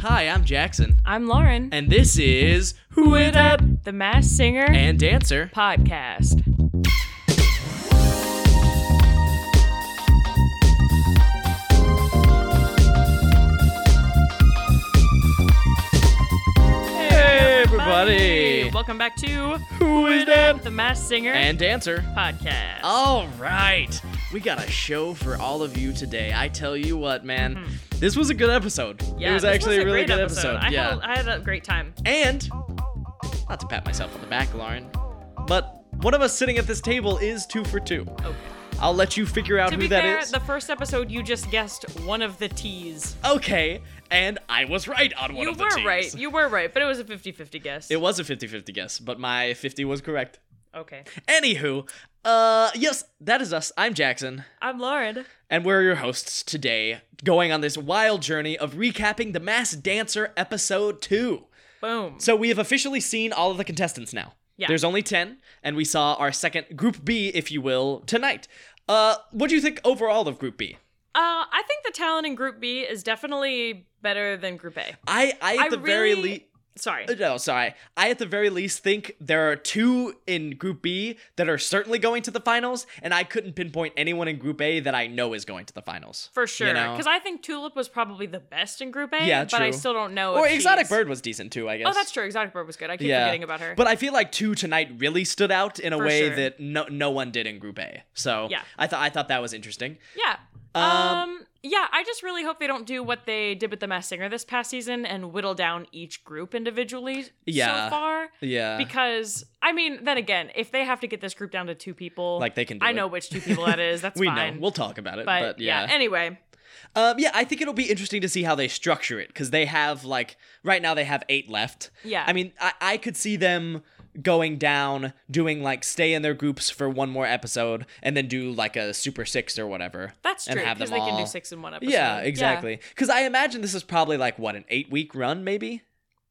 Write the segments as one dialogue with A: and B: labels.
A: Hi, I'm Jackson,
B: I'm Lauren,
A: and this is Who It Up
B: the Mass Singer
A: and Dancer.
B: Podcast.
A: Hey, everybody!
B: Welcome back to
A: Who It Up
B: the Mass Singer
A: and Oh, Dancer.
B: Podcast.
A: All right, we got a show for all of you today. I tell you what, man, this was a good episode.
B: Hmm. yeah,
A: it was
B: this
A: actually a
B: was
A: really
B: great
A: good episode.
B: I,
A: yeah,
B: had, I had a great time.
A: and not to pat myself on the back, Lauren, but one of us sitting at this table is two for two.
B: Okay.
A: I'll let you figure out
B: To
A: who
B: be
A: that
B: fair,
A: is.
B: the first episode you just guessed one of the T's.
A: okay, and I was right on one
B: you
A: of the
B: were
A: teams.
B: right. You were right, but it was a 50-50 guess.
A: It was a 50-50 guess, but my 50 was correct.
B: okay.
A: Anywho, uh yes, that is us. I'm Jackson,
B: I'm Lauren.
A: and we're your hosts today, going on this wild journey of recapping the Mass Dancer episode 2.
B: Boom.
A: So we have officially seen all of the contestants now.
B: Yeah.
A: There's only 10, and we saw our second group B, if you will, tonight. Uh what do you think overall of group B?
B: Uh, I think the talent in Group B is definitely better than Group A.
A: I I at
B: I
A: the very
B: really-
A: least
B: Sorry.
A: No, sorry. I at the very least think there are two in Group B that are certainly going to the finals, and I couldn't pinpoint anyone in Group A that I know is going to the finals.
B: For sure,
A: know?
B: because I think Tulip was probably the best in Group A.
A: Yeah,
B: but I
A: true.
B: still don't know.
A: or
B: if
A: Exotic
B: she's-
A: Bird was decent too, I guess.
B: Oh, that's true. Exotic Bird was good. I keep
A: Yeah.
B: forgetting about her.
A: But I feel like two tonight really stood out in a
B: For
A: way
B: sure.
A: that no no one did in Group A. So
B: Yeah.
A: I thought I thought that was interesting.
B: yeah.
A: Um,
B: Um, Yeah. I just really hope they don't do what they did with the Mass Singer this past season and whittle down each group individually.
A: Yeah.
B: So far,
A: Yeah.
B: because I mean, then again, if they have to get this group down to two people,
A: Like, they can do
B: I
A: it.
B: know which two people that is. That's
A: we
B: fine.
A: know. We'll talk about it.
B: but,
A: But,
B: yeah. Anyway.
A: Um, yeah, I think it'll be interesting to see how they structure it because they have like right now they have eight left.
B: Yeah.
A: I mean, I, I could see them going down, doing like stay in their groups for one more episode, and then do like a super six or whatever.
B: That's
A: and
B: true
A: have
B: because they
A: them
B: can do
A: all-
B: six in one episode.
A: Yeah, exactly. Because I imagine this is probably like what an eight week run, maybe.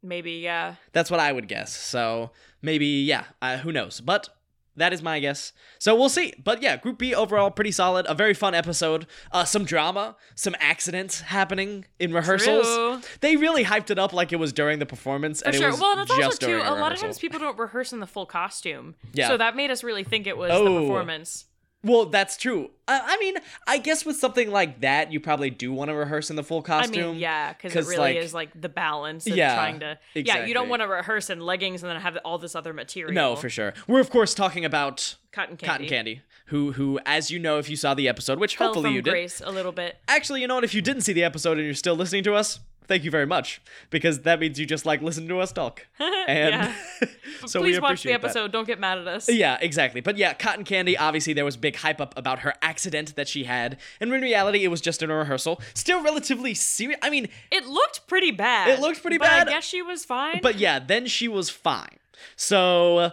B: Maybe. Yeah.
A: That's what I would guess. So maybe, yeah, uh, who knows? But that is my guess. So we'll see. But yeah, Group B overall pretty solid. A very fun episode. Uh, some drama, some accidents happening in rehearsals.
B: True.
A: They really hyped it up like it was during the performance,
B: For
A: and
B: sure.
A: it was
B: well, and it's
A: just
B: also too.
A: during
B: A lot of
A: rehearsal.
B: times people don't rehearse in the full costume.
A: Yeah.
B: So that made us really think it was
A: Oh.
B: the performance.
A: Well, that's true. I, I mean, I guess with something like that, you probably do want to rehearse in the full costume.
B: I mean, yeah, because
A: 'cause,
B: it really
A: like-
B: is like the balance of
A: Yeah,
B: trying to. Yeah, you
A: exactly.
B: don't want to rehearse in leggings and then have all this other material.
A: No, for sure. We're of course talking about
B: Cotton candy.
A: Cotton Candy, who who, as you know, if you saw the episode, which
B: Fell
A: hopefully
B: from
A: you did,
B: grace a little bit.
A: Actually, you know what? If you didn't see the episode and you're still listening to us, thank you very much because that means you just like listen to us talk. And
B: Yeah.
A: so we
B: Please watch the
A: appreciate that.
B: episode. Don't get mad at us.
A: Yeah, exactly. But yeah, Cotton Candy, obviously, there was big hype up about her accident that she had. And in reality, it was just in a rehearsal. Still relatively serious. I mean,
B: It looked pretty bad.
A: It looked pretty
B: but
A: bad.
B: I guess she was fine.
A: but yeah, then she was fine. So, uh,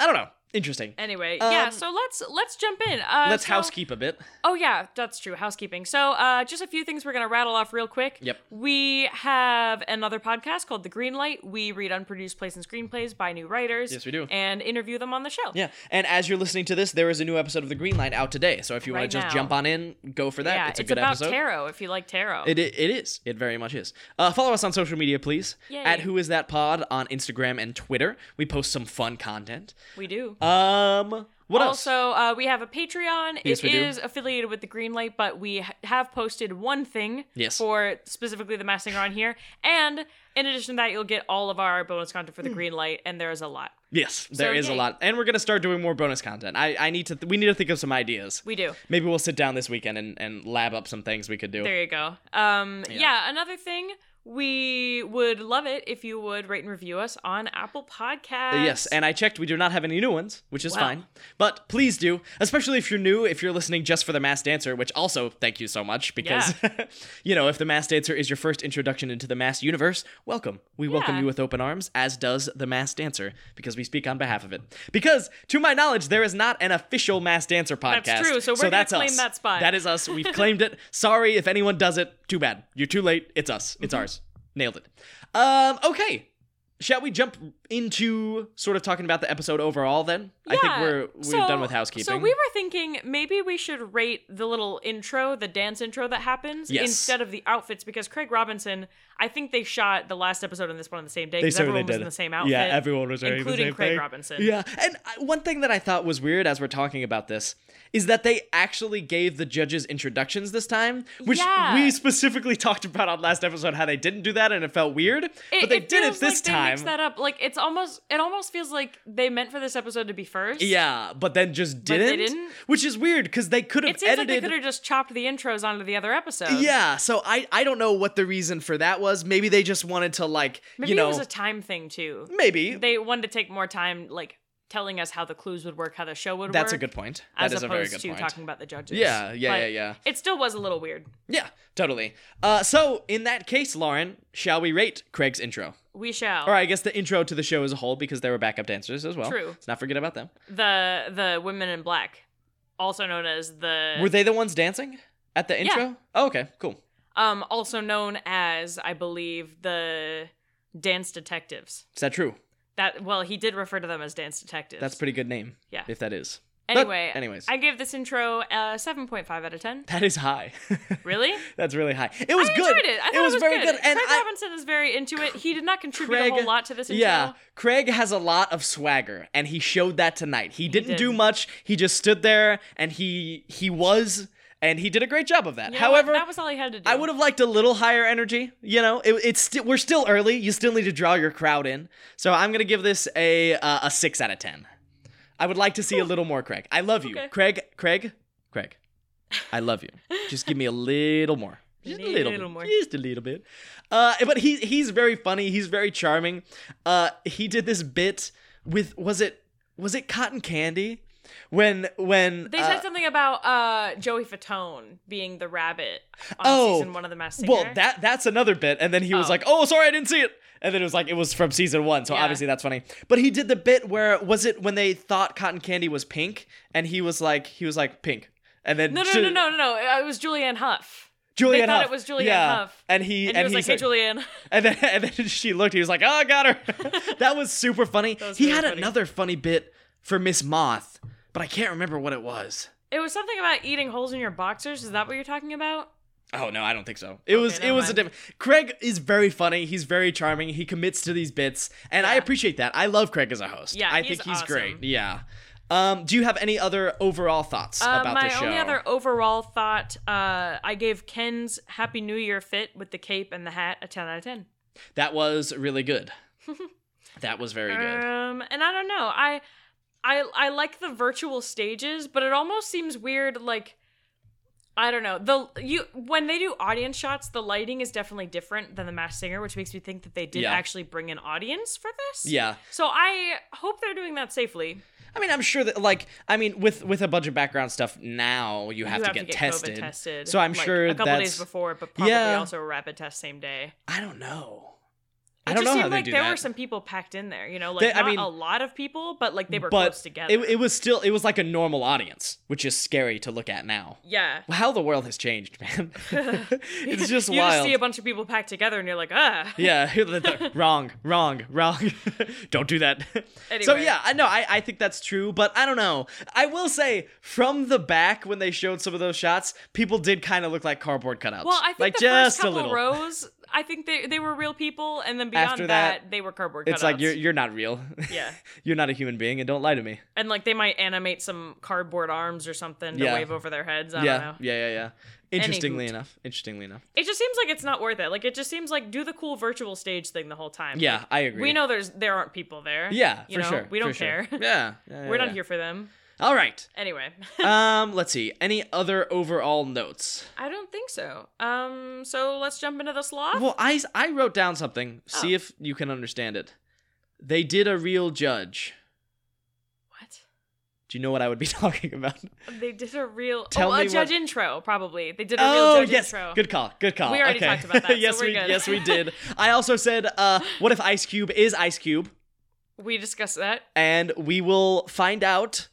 A: I don't know. Interesting.
B: anyway,
A: Um,
B: yeah. So let's let's jump in. Uh,
A: Let's
B: so-
A: housekeep a bit.
B: Oh yeah, that's true. Housekeeping. So, uh, just a few things we're gonna rattle off real quick.
A: Yep.
B: We have another podcast called The Green Light. We read unproduced plays and screenplays by new writers.
A: Yes, we do.
B: And interview them on the show.
A: Yeah. And as you're listening to this, there is a new episode of The Green Light out today. So if you want
B: Right
A: to just
B: now.
A: jump on in, go for that.
B: Yeah,
A: it's a good
B: about
A: episode.
B: tarot. If you like tarot,
A: It, it, it is. It very much is. Uh, follow us on social media, please.
B: Yay.
A: At Who Is That Pod on Instagram and Twitter. We post some fun content.
B: we do.
A: Um, what
B: also,
A: else?
B: uh, we have a Patreon.
A: Yes,
B: it
A: we do.
B: is affiliated with the Greenlight, but we ha- have posted one thing
A: Yes.
B: for specifically the Mass Singer on here. And in addition to that, you'll get all of our bonus content for the
A: Hmm.
B: Greenlight, and there is a lot.
A: Yes, there is a
B: yay.
A: lot, and we're gonna start doing more bonus content. I, I need to. Th- we need to think of some ideas.
B: We do.
A: Maybe we'll sit down this weekend and, and lab up some things we could do.
B: There you go. Um, yeah. another thing, we would love it if you would rate and review us on Apple Podcasts.
A: Uh, Yes, and I checked. We do not have any new ones, which is
B: Wow.
A: fine. But please do, especially if you're new, if you're listening just for the Mass Dancer, which also thank you so much because, you know, if the Mass Dancer is your first introduction into the Mass universe, welcome. We welcome
B: Yeah.
A: you with open arms, as does the Mass Dancer, because we speak on behalf of it. Because, to my knowledge, there is not an official Mass Dancer podcast.
B: true, so we're gonna
A: that's
B: claim
A: us.
B: that spot.
A: That is us. We've claimed it. Sorry if
B: Mm-hmm.
A: anyone does it. Too bad. You're too late. It's us. It's ours. Nailed it. Um. Okay. Shall we jump into sort of talking about the episode overall then? I think
B: Yeah,
A: we're we're
B: so-
A: done with housekeeping.
B: So we were thinking maybe we should rate the little intro, the dance intro that happens,
A: Yes.
B: instead of the outfits because Craig Robinson, I I think they shot the last episode and this one on the same day
A: they
B: because
A: certainly
B: everyone was
A: did.
B: in the same outfit.
A: Yeah, everyone was wearing the
B: including
A: same
B: Craig
A: thing.
B: Robinson.
A: Yeah, and I- one thing that I thought was weird as we're talking about this is that they actually gave the judges introductions this time, which
B: Yeah.
A: we specifically talked about on last episode how they didn't do that and it felt weird, but they did it
B: feels
A: this
B: like They
A: time.
B: mixed that up. Like it's almost it almost feels like they meant for this episode to be first.
A: yeah, but then just
B: But
A: didn't,
B: they didn't?
A: which is weird because they could have
B: It seems like they
A: edited.
B: could have just chopped the intros onto the other episode.
A: yeah, so I I don't know what the reason for that was. Maybe they just wanted to like
B: Maybe
A: you know
B: it was a time thing too.
A: maybe
B: They wanted to take more time like telling us how the clues would work, how the show would
A: that's a
B: work.
A: good point.
B: As
A: That is a
B: opposed
A: very good
B: to
A: point.
B: talking about the judges.
A: Yeah, yeah,
B: But
A: yeah, yeah.
B: It still was a little weird.
A: Yeah, totally. Uh, so in that case, Lauren, shall we rate Craig's intro?
B: We shall.
A: Or I guess the intro to the show as a whole, because there were backup dancers as well.
B: True.
A: Let's not forget about them.
B: The the women in black, also known as the
A: Were they the ones dancing at the intro? Oh, okay, cool.
B: um also known as I believe the dance detectives.
A: Is that true?
B: That well, he did refer to them as dance detectives.
A: That's a pretty good name.
B: Yeah.
A: If that is. But
B: Anyway,
A: anyways.
B: I gave this intro a seven point five out of ten.
A: that is high.
B: Really?
A: That's really high. It was
B: I
A: good.
B: enjoyed it. I thought it was,
A: very good. And
B: Craig
A: I,
B: Robinson is very into it. He did not contribute
A: Craig-
B: a whole lot to this intro.
A: Yeah, Craig has a lot of swagger, and he showed that tonight. He didn't do
B: did.
A: much. He just stood there, and he he was, and he did a great job of that.
B: You know what?
A: However,
B: that was all he had to do.
A: I would have liked a little higher energy. You know, it, it's still we're still early. You still need to draw your crowd in. So I'm gonna give this a uh, a six out of ten. I would like to see a little more, Craig. I love you,
B: Okay.
A: Craig. Craig. Craig. I love you. Just give me a little more. Just a little,
B: Little
A: bit.
B: more.
A: Just a little bit. Uh, but he he's very funny. He's very charming. Uh, he did this bit with was it was it cotton candy when when
B: They
A: uh,
B: said something about uh, Joey Fatone being the rabbit on
A: Oh,
B: season one of the Masked Singer.
A: Well, that that's another bit, and then he was
B: Oh.
A: like, "Oh, sorry, I didn't see it." And then it was like it was from season one, so
B: Yeah.
A: obviously that's funny. But he did the bit where was it when they thought cotton candy was pink, and he was like, he was like pink, and then
B: no, no,
A: to-
B: no, no, no, no. It was Julianne Huff.
A: Julianne
B: they thought
A: Hough.
B: it was Julianne
A: yeah.
B: Huff.
A: and he
B: And,
A: and,
B: he was like,
A: said,
B: "Hey, Julianne."
A: and then and then she looked. He was like, "Oh, I got her." that was super funny.
B: was
A: he
B: really
A: had
B: funny.
A: another funny bit for Miss Moth, but I can't remember what it was.
B: It was something about eating holes in your boxers. Is that what you're talking about?
A: Oh no, I don't think so. It was it
B: never
A: was a
B: mind.
A: different. Craig is very funny. He's very charming. He commits to these bits, and I
B: Yeah.
A: appreciate that. I love Craig as a host.
B: Yeah,
A: I
B: he's
A: think he's
B: awesome.
A: great. Yeah. Um, do you have any other overall thoughts
B: Uh,
A: about
B: my
A: the show?
B: only other overall thought, uh, I gave Ken's Happy New Year fit with the cape and the hat a 10 out of 10.
A: that was really good. that was very good.
B: Um, and I don't know. I, I, I like the virtual stages, but it almost seems weird. Like, I don't know. The you when they do audience shots, the lighting is definitely different than the Masked Singer, which makes me think that they did
A: Yeah.
B: actually bring an audience for this.
A: Yeah.
B: So I hope they're doing that safely.
A: I mean, I'm sure that like I mean, with with a bunch of background stuff now, you have,
B: you
A: to,
B: have
A: get,
B: to get
A: tested.
B: COVID tested.
A: So I'm
B: like,
A: sure
B: a couple
A: that's.
B: days before, but probably
A: Yeah.
B: also a rapid test same day.
A: I don't know.
B: It
A: I don't
B: just
A: know
B: seemed
A: how they
B: like
A: do
B: there
A: that.
B: were some people packed in there, you know, like
A: They- I
B: not
A: mean-
B: a lot of people, but like they were
A: but
B: close together.
A: it, it was still it was like a normal audience, which is scary to look at now.
B: yeah.
A: how the world has changed, man. it's just
B: you
A: wild.
B: just see a bunch of people packed together and you're like, ah.
A: yeah, the- the- wrong, wrong, wrong. don't do that. So
B: Anyway.
A: yeah, I know. I, I think that's true, but I don't know. I will say from the back when they showed some of those shots, people did kind of look like cardboard cutouts.
B: Well, I think
A: like
B: the
A: just
B: first couple
A: a little.
B: rows, I think they, they were real people, and then beyond
A: After that,
B: that, they were cardboard
A: it's
B: cutouts.
A: like you're you're not real.
B: Yeah.
A: you're not a human being, and don't lie to me.
B: and like they might animate some cardboard arms or something to
A: Yeah.
B: wave over their heads. I
A: yeah,
B: don't know.
A: yeah, yeah, yeah. Interestingly
B: hoot.
A: enough, interestingly enough.
B: It just seems like it's not worth it. Like it just seems like do the cool virtual stage thing the whole time.
A: Yeah,
B: Like,
A: I agree.
B: We know there's there aren't people there.
A: Yeah,
B: you
A: for
B: know?
A: sure.
B: We don't
A: for sure.
B: care.
A: Yeah, yeah, yeah,
B: we're not
A: yeah.
B: here for them.
A: All right.
B: Anyway,
A: um, let's see. Any other overall notes?
B: I don't think so. Um, so let's jump into the sloth.
A: Well, I I wrote down something. See if you can understand it. They did a real judge.
B: what?
A: Do you know what I would be talking about?
B: They did a real
A: Tell
B: oh, a
A: me
B: judge
A: what-
B: intro probably. They did a
A: Oh
B: real judge
A: yes,
B: intro.
A: good call, good call.
B: We already
A: okay.
B: talked about that, so
A: yes,
B: we're
A: we
B: good.
A: yes we did. I also said, uh, what if Ice Cube is Ice Cube?
B: We discussed that.
A: And we will find out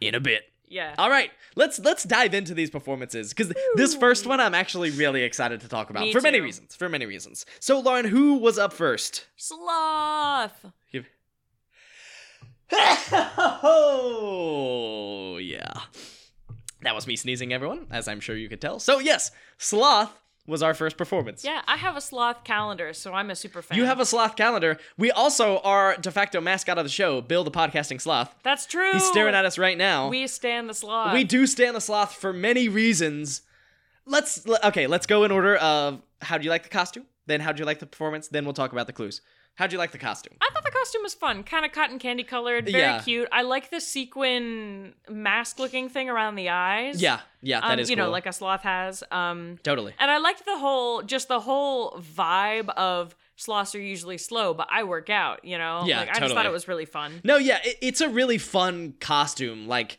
A: in a bit.
B: Yeah.
A: All right, let's let's dive into these performances because this first one I'm actually really excited to talk about
B: Me
A: for many
B: too.
A: reasons. For many reasons. So, Lauren, who was up first?
B: Sloth.
A: oh yeah, that was me sneezing, everyone, as I'm sure you could tell. So yes, Sloth was our first performance.
B: Yeah, I have a sloth calendar, so I'm a super fan.
A: You have a sloth calendar. We also are de facto mascot of the show, Bill the podcasting sloth.
B: That's true.
A: He's staring at us right now.
B: We stand the sloth.
A: we do stand the sloth for many reasons. Let's le- okay. Let's go in order of how do you like the costume? Then how do you like the performance? Then we'll talk about the clues. How do you like the costume?
B: I thought the costume was fun, kind of cotton candy colored, very
A: Yeah.
B: cute. I like the sequin mask looking thing around the eyes.
A: Yeah, yeah, that is
B: um, you know,
A: cool.
B: like a sloth has. Um,
A: totally.
B: and I liked the whole, just the whole vibe of sloths are usually slow, but I work out. You know,
A: Yeah,
B: like, I just thought
A: totally.
B: it was really fun.
A: No, yeah, it, it's a really fun costume. Like,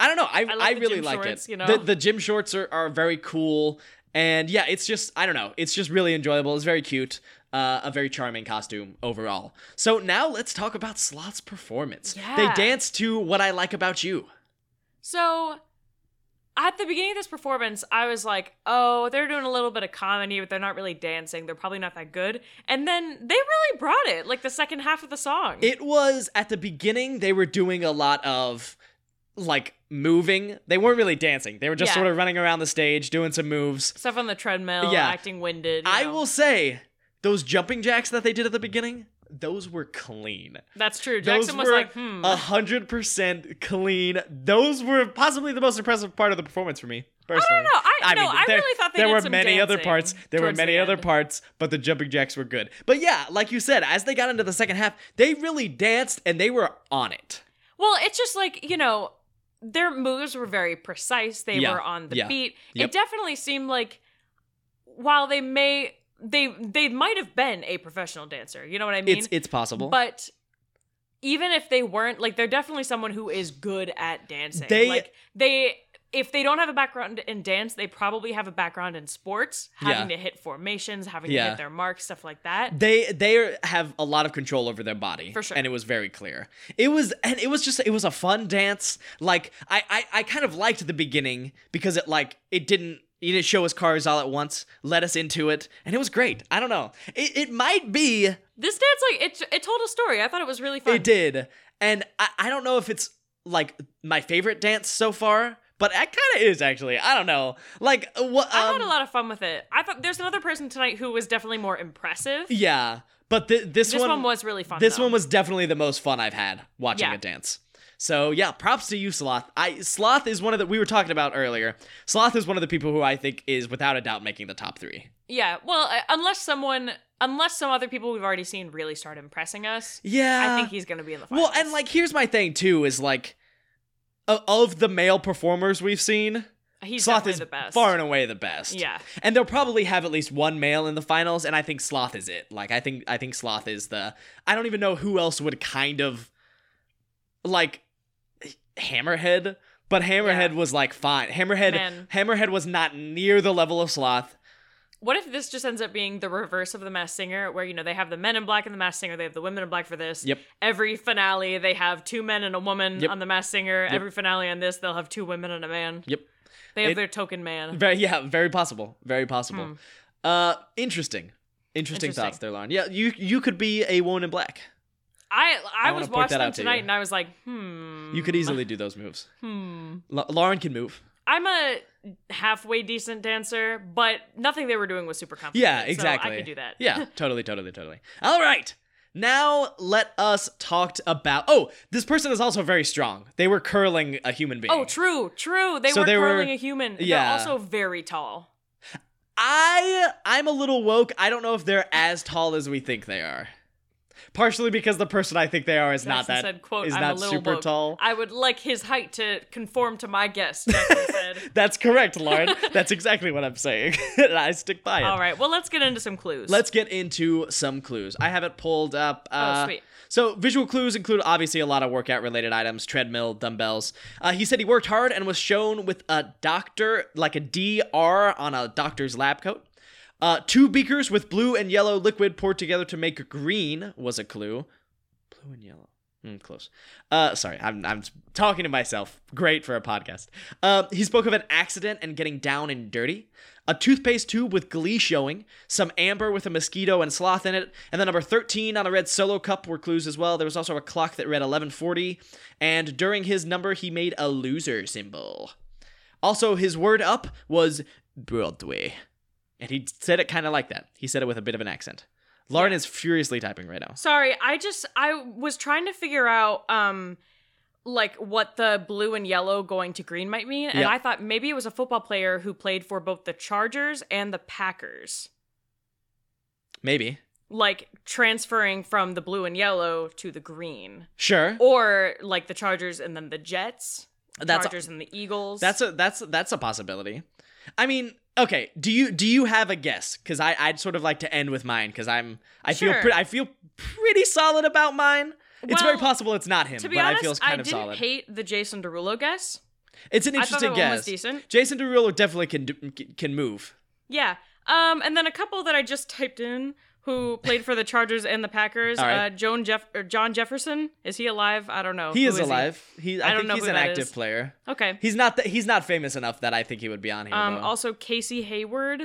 A: I don't know, I I,
B: like the
A: really
B: gym
A: like
B: shorts,
A: it.
B: you know?
A: The the gym shorts are are very cool, and yeah, it's just I don't know, it's just really enjoyable. It's very cute. Uh, a very charming costume overall. So now let's talk about Sloth's performance. They
B: Yeah.
A: dance to "What I Like About You."
B: So at the beginning of this performance, I was like, oh, they're doing a little bit of comedy, but they're not really dancing. They're probably not that good. And then they really brought it, like the second half of the song.
A: It was at the beginning they were doing a lot of like moving. They weren't really dancing. They were just
B: Yeah.
A: sort of running around the stage doing some moves.
B: Stuff on the treadmill,
A: Yeah.
B: acting winded. you
A: I
B: know.
A: will say those jumping jacks that they did at the beginning, those were clean.
B: That's true.
A: Those
B: Jackson was
A: were
B: like, hmm.
A: a hundred percent clean. Those were possibly the most impressive part of the performance for me. Personally.
B: no, I- no, I
A: there,
B: really thought they
A: there
B: did
A: were
B: some
A: many other
B: dancing
A: parts. There were
B: towards the
A: many other
B: end.
A: parts, but the jumping jacks were good. But yeah, like you said, as they got into the second half, they really danced and they were on it.
B: well, it's just like, you know, their moves were very precise. They
A: Yeah.
B: were on the
A: Yeah.
B: beat.
A: Yep.
B: It definitely seemed like while they may they they might have been a professional dancer. You know what I mean?
A: It's it's possible.
B: but even if they weren't like they're definitely someone who is good at dancing
A: They-
B: like they if they don't have a background in dance they probably have a background in sports having
A: Yeah.
B: to hit formations having to
A: Yeah.
B: hit their marks stuff like that
A: they they are- have a lot of control over their body
B: For sure.
A: and it was very clear it was and it was just it was a fun dance like i i, I kind of liked the beginning because it like it didn't it didn't show us cars all at once led us into it and it was great i don't know it, it might be
B: this dance like it, it told a story i thought it was really fun
A: it did and I, I don't know if it's like my favorite dance so far but it kind of is actually i don't know like what um,
B: i had a lot of fun with it i thought there's another person tonight who was definitely more impressive
A: yeah but thi- this,
B: this one, was really fun
A: This
B: though.
A: one was definitely the most fun I've had watching
B: Yeah.
A: a dance. So yeah, props to you, Sloth. I Sloth is one of the we were talking about earlier. Sloth is one of the people who I think is without a doubt making the top three.
B: yeah well I- unless someone unless some other people we've already seen really start impressing us
A: Yeah,
B: i think he's gonna be in the finals
A: well, and like here's my thing too is like, o- of the male performers we've seen,
B: he's
A: Sloth
B: definitely
A: is
B: the best
A: far and away the best.
B: Yeah.
A: and they'll probably have at least one male in the finals, and I think Sloth is it. Like, I think I think Sloth is the. I don't even know who else would kind of, like, Hammerhead. But Hammerhead was like fine. Hammerhead
B: Man.
A: Hammerhead was not near the level of Sloth.
B: What if this just ends up being the reverse of the Masked Singer, where you know they have the men in black and the Masked Singer, they have the women in black for this.
A: Yep.
B: Every finale, they have two men and a woman
A: Yep.
B: on the Masked Singer. Every finale on this, they'll have two women and a man.
A: Yep.
B: They have
A: It-
B: their token man.
A: Very yeah, very possible. Very possible. Uh interesting. Interesting,
B: Hmm. Interesting.
A: thoughts there, Lauren. Yeah, you you could be a woman in black.
B: I I,
A: I wanna
B: was
A: point that
B: watching them
A: out to you.
B: tonight and I was like, hmm.
A: You could easily do those moves.
B: Hmm.
A: La- Lauren can move.
B: I'm a halfway decent dancer, but nothing they were doing was super complicated.
A: Yeah, exactly.
B: So I could do that.
A: yeah, totally, totally, totally. All right. Now let us talk about. Oh, this person is also very strong. They were curling a human being.
B: Oh, true, true. They
A: So
B: were
A: they were-
B: curling a human.
A: Yeah.
B: They're also very tall.
A: I I'm a little woke. I don't know if they're as tall as we think they are. Partially because the person I think they are is not
B: Jackson
A: that
B: said, quote,
A: is
B: I'm
A: not
B: a little
A: super
B: woke.
A: tall.
B: I would like his height to conform to my guess, Jackson said.
A: That's correct, Lauren. That's exactly what I'm saying. and I stick by it.
B: All right, well, let's get into some clues.
A: Let's get into some clues. I have it pulled up. Uh,
B: sweet.
A: So, visual clues include obviously a lot of workout related items treadmill, dumbbells. Uh, he said he worked hard and was shown with a doctor, like a DR on a doctor's lab coat. Uh, two beakers with blue and yellow liquid poured together to make green was a clue. Blue and yellow. Mm, close. Uh, sorry, I'm I'm talking to myself. Great for a podcast. Uh, he spoke of an accident and getting down and dirty, a toothpaste tube with glee showing, some amber with a mosquito and sloth in it, and the number thirteen on a red solo cup were clues as well. There was also a clock that read eleven forty, and during his number he made a loser symbol. Also, his word up was Broadway, and he said it kind of like that. He said it with a bit of an accent. Lauren is furiously typing right now.
B: Sorry, I just I was trying to figure out um like what the blue and yellow going to green might mean, and
A: Yeah.
B: I thought maybe it was a football player who played for both the Chargers and the Packers,
A: Maybe.
B: like transferring from the blue and yellow to the green,
A: Sure.
B: or like the Chargers and then the Jets,
A: That's
B: Chargers and the Eagles.
A: That's a that's that's a possibility. I mean, okay. Do you do you have a guess? Because I I'd sort of like to end with mine because I'm I feel
B: Sure.
A: pre- I feel pretty solid about mine. it's very
B: Well,
A: possible it's not him,
B: to
A: but
B: be honest,
A: I feel kind of
B: didn't
A: solid.
B: hate the Jason Derulo guess.
A: it's an
B: I thought
A: interesting
B: that one was
A: guess.
B: decent.
A: Jason Derulo definitely can do, can move.
B: Yeah. Um, and then a couple that I just typed in who played for the Chargers and the Packers.
A: All right.
B: Uh, Joan Jeff or John Jefferson. Is he alive? I don't know.
A: He
B: Who
A: is alive. He, I,
B: I don't
A: think
B: know
A: he's
B: who
A: an
B: that
A: active
B: is.
A: player.
B: Okay.
A: He's not that he's not famous enough that I think he would be on here.
B: Um,
A: though.
B: also Casey Hayward.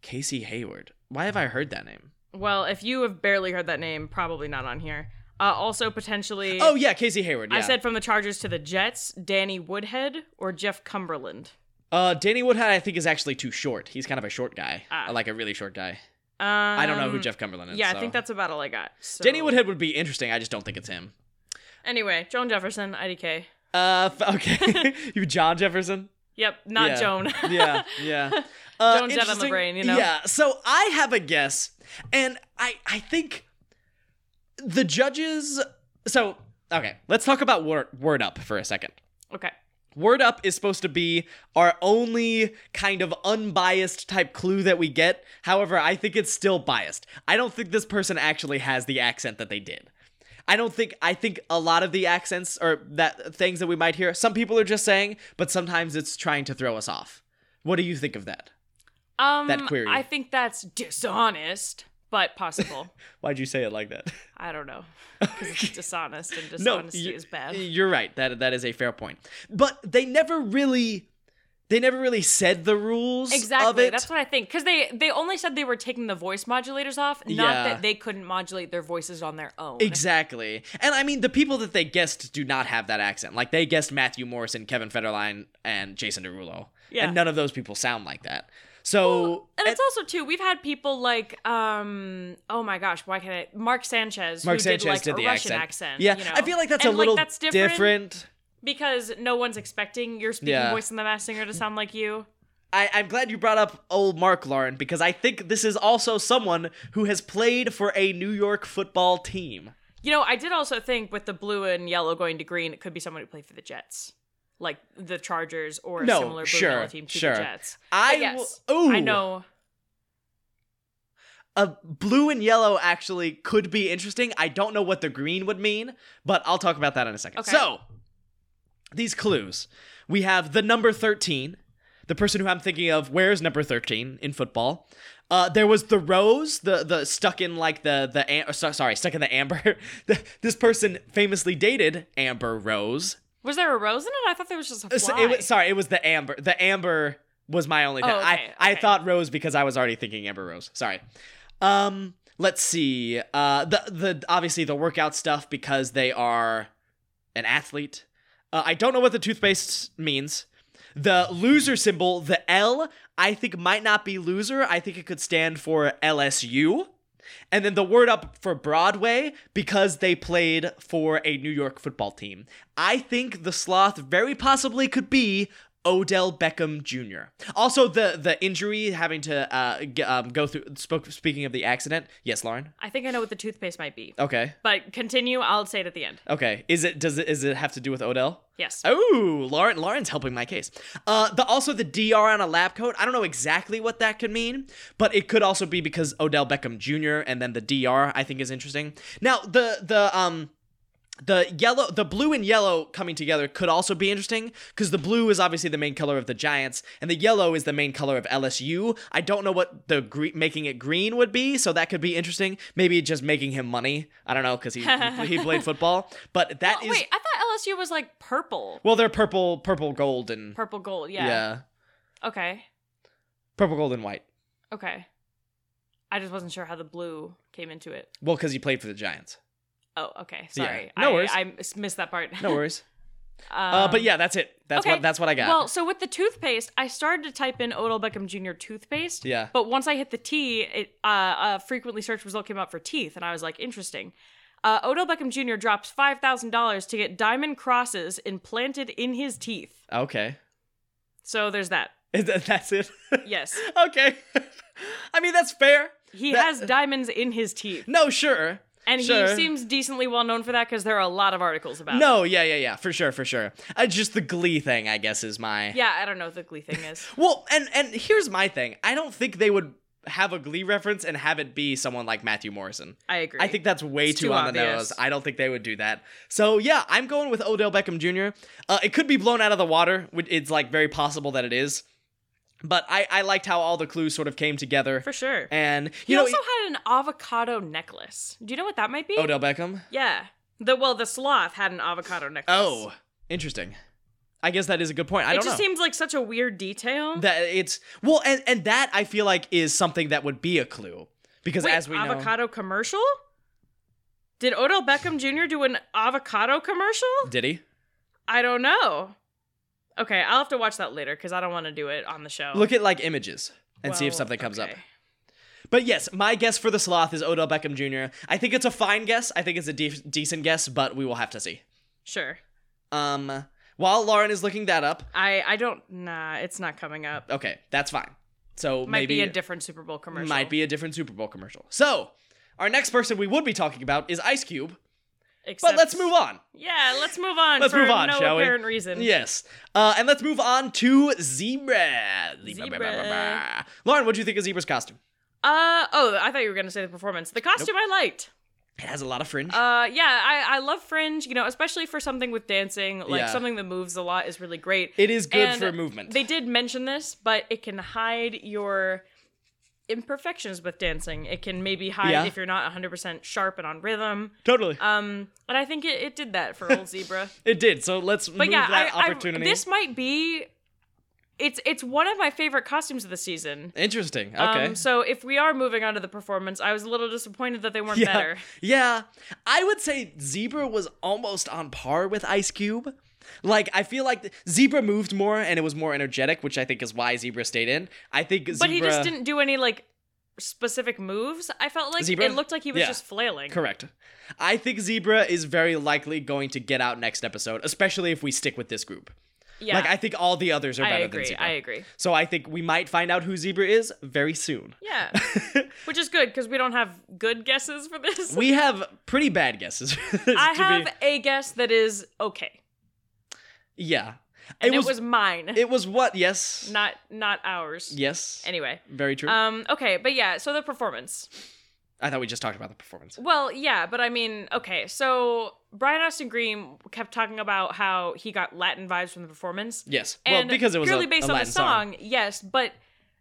A: Casey Hayward. Why have I heard that name?
B: Well, if you have barely heard that name, probably not on here. Uh, also potentially.
A: Oh yeah, Casey Hayward. Yeah.
B: I said from the Chargers to the Jets, Danny Woodhead or Jeff Cumberland.
A: Uh, Danny Woodhead, I think, is actually too short. He's kind of a short guy,
B: Ah.
A: like a really short guy.
B: Um,
A: I don't know who Jeff Cumberland is.
B: Yeah, I
A: so.
B: think that's about all I got. So.
A: Danny Woodhead would be interesting. I just don't think it's him.
B: Anyway, Joan Jefferson, IDK.
A: Uh, f- okay, you John Jefferson.
B: Yep, not
A: Yeah.
B: Joan.
A: Yeah, yeah. Uh,
B: Joan Jett on the
A: interesting-
B: brain, you know?
A: Yeah. So I have a guess, and I I think the judges. So okay, let's talk about word word up for a second.
B: okay.
A: Word up is supposed to be our only kind of unbiased type clue that we get. However, I think it's still biased. I don't think this person actually has the accent that they did. I don't think I think a lot of the accents or that things that we might hear, some people are just saying, but sometimes it's trying to throw us off. What do you think of that?
B: Um,
A: that query.
B: I think that's dishonest, but possible.
A: Why'd you say it like that?
B: I don't know. Because it's dishonest, and dishonesty
A: you-
B: is bad.
A: You're right. That that is a fair point. But they never really they never really said the rules of
B: exactly.
A: it.
B: That's what I think. Because they, they only said they were taking the voice modulators off, not
A: Yeah.
B: that they couldn't modulate their voices on their own.
A: Exactly. And I mean, the people that they guessed do not have that accent. Like, they guessed Matthew Morrison, Kevin Federline, and Jason Derulo.
B: Yeah.
A: And none of those people sound like that. So,
B: And it's also too. We've had people like, um, oh my gosh, why can't I? Mark Sanchez,
A: Mark
B: who
A: Sanchez
B: did like a
A: the
B: Russian
A: accent.
B: accent.
A: Yeah,
B: you know?
A: I feel like that's
B: And,
A: a little
B: that's
A: different.
B: different, because no one's expecting your speaking
A: Yeah.
B: voice in the Masked Singer to sound like you.
A: I, I'm glad you brought up old Mark Lauren because I think this is also someone who has played for a New York football team.
B: You know, I did also think with the blue and yellow going to green, it could be someone who played for the Jets, like the Chargers or a
A: No,
B: similar blue
A: sure,
B: and yellow team to
A: sure.
B: the Jets.
A: I
B: But yes,
A: will- ooh.
B: I know.
A: A blue and yellow actually could be interesting. I don't know what the green would mean, but I'll talk about that in a second.
B: Okay.
A: So, these clues. We have the number 13, the person who I'm thinking of, where's number 13 in football? Uh, there was the rose, the the stuck in like the the am- or, so- sorry, stuck in the amber. The- this person famously dated Amber Rose.
B: Was there a rose in it? I thought there was just a fly.
A: Uh, So it was, sorry, it was the amber. The amber was my only. Thing.
B: Oh, okay,
A: I I
B: okay.
A: thought rose because I was already thinking amber rose. Sorry. Um, let's see. Uh, the the obviously the workout stuff because they are an athlete. Uh, I don't know what the toothpaste means. The loser symbol, the L, I think might not be loser. I think it could stand for LSU. And then the word up for Broadway because they played for a New York football team. I think the sloth very possibly could be Odell Beckham Jr. Also, the the injury having to uh, g- um, go through. Spoke, speaking of the accident, yes, Lauren.
B: I think I know what the toothpaste might be.
A: Okay,
B: But continue. I'll say it at the end.
A: okay. Is it does it is it have to do with Odell?
B: Yes.
A: Oh, Lauren, Lauren's helping my case. Uh, the also the DR on a lab coat. I don't know exactly what that could mean, but it could also be because Odell Beckham Jr. and then the DR I think is interesting. Now the the um the yellow, the blue and yellow coming together could also be interesting because the blue is obviously the main color of the Giants, and the yellow is the main color of LSU. I don't know what the gre- making it green would be, so that could be interesting. Maybe just making him money. I don't know because he, he he played football, but that is
B: Oh, Wait, I thought LSU was like purple.
A: well, they're purple, purple, gold, and
B: Purple gold, yeah.
A: yeah,
B: Okay.
A: purple, gold, and white.
B: Okay. I just wasn't sure how the blue came into it.
A: Well, because he played for the Giants.
B: Oh, okay.
A: Yeah.
B: Sorry.
A: No
B: I,
A: worries.
B: I mis- missed that part.
A: No worries.
B: Um,
A: uh, but yeah, that's it. That's
B: okay.
A: what that's what I got.
B: Well, so with the toothpaste, I started to type in Odell Beckham Jr. toothpaste.
A: yeah.
B: But once I hit the T, it, uh, a frequently searched result came up for teeth, and I was like, interesting. Uh, Odell Beckham Jr. drops five thousand dollars to get diamond crosses implanted in his teeth.
A: Okay.
B: So there's that.
A: Is that- That's it.
B: Yes,
A: okay. I mean, that's fair.
B: he
A: That-
B: has diamonds in his teeth,
A: No, sure.
B: and
A: Sure.
B: he seems decently well known for that because there are a lot of articles about. it.
A: No, yeah, yeah, yeah, for sure, for sure. Uh, just the glee thing, I guess, is my.
B: Yeah, I don't know what the glee thing is.
A: Well, and and here's my thing. I don't think they would have a glee reference and have it be someone like Matthew Morrison.
B: I agree.
A: I think that's way
B: It's
A: too,
B: too
A: on the
B: obvious.
A: nose. I don't think they would do that. So yeah, I'm going with Odell Beckham Jr. Uh, it could be blown out of the water. which It's like very possible that it is. But I, I liked how all the clues sort of came together.
B: for sure.
A: And you
B: he
A: know, e-
B: also had an avocado necklace. Do you know what that might be?
A: Odell Beckham.
B: Yeah. The well, the sloth had an avocado necklace.
A: Oh, interesting. I guess that is a good point. I
B: it
A: don't
B: just
A: know.
B: seems like such a weird detail.
A: that it's well, and and that I feel like is something that would be a clue because
B: Wait,
A: as we know,
B: avocado commercial? Did Odell Beckham Jr. do an avocado commercial?
A: did he?
B: I don't know. Okay, I'll have to watch that later because I don't want to do it on the show.
A: Look at like images and see if
B: Well,
A: something comes up.
B: okay.
A: But yes, my guess for the sloth is Odell Beckham Jr. I think it's a fine guess. I think it's a de- decent guess, but we will have to see.
B: Sure.
A: Um, while Lauren is looking that up,
B: I I don't. Nah, it's not coming up.
A: okay, that's fine. So
B: Might
A: maybe
B: be a different Super Bowl commercial.
A: might be a different Super Bowl commercial. So our next person we would be talking about is Ice Cube,
B: Except,
A: but let's move on.
B: Yeah, let's move on.
A: Let's
B: for
A: move on,
B: no
A: shall we?
B: apparent reason.
A: Yes, uh, and let's move on to zebra.
B: Zebra.
A: Lauren, what do you think of zebra's costume?
B: Uh oh, I thought you were gonna say the performance. The costume I liked.
A: It has a lot of fringe.
B: Uh, yeah, I, I love Fringe, you know, especially for something with dancing. Like
A: Yeah.
B: something that moves a lot is really great.
A: it is good
B: and
A: for movement.
B: They did mention this, but it can hide your imperfections with dancing. It can maybe hide
A: Yeah.
B: if you're not 100% sharp and on rhythm.
A: totally,
B: Um, and I think it, it did that for Old Zebra.
A: it did. So let's
B: But
A: move
B: yeah,
A: that
B: I, I-
A: opportunity.
B: this might be. It's it's one of my favorite costumes of the season.
A: Interesting. Okay.
B: Um, so if we are moving on to the performance, I was a little disappointed that they weren't
A: yeah.
B: better.
A: Yeah. I would say Zebra was almost on par with Ice Cube. Like I feel like th- Zebra moved more and it was more energetic, which I think is why Zebra stayed in. I think Zebra
B: But he just didn't do any like specific moves. I felt like
A: Zebra?
B: it looked like he was
A: Yeah.
B: just flailing.
A: Correct. I think Zebra is very likely going to get out next episode, especially if we stick with this group.
B: Yeah,
A: Like I think all the others are
B: I
A: better
B: agree.
A: than Zebra.
B: I agree.
A: So I think we might find out who Zebra is very soon.
B: Yeah, which is good because we don't have good guesses for this.
A: we have pretty bad guesses.
B: I
A: to be-
B: have a guess that is okay,
A: yeah.
B: and it was, mine,
A: it was what? Yes.
B: not not ours.
A: Yes.
B: Anyway,
A: Very true.
B: um, okay, but yeah, so the performance.
A: I thought we just talked about the performance.
B: Well, yeah, but I mean, okay, so Brian Austin Green kept talking about how he got Latin vibes from the performance,
A: Yes. well,
B: and
A: because it was
B: purely
A: a,
B: based
A: a
B: on
A: Latin
B: the song, yes, but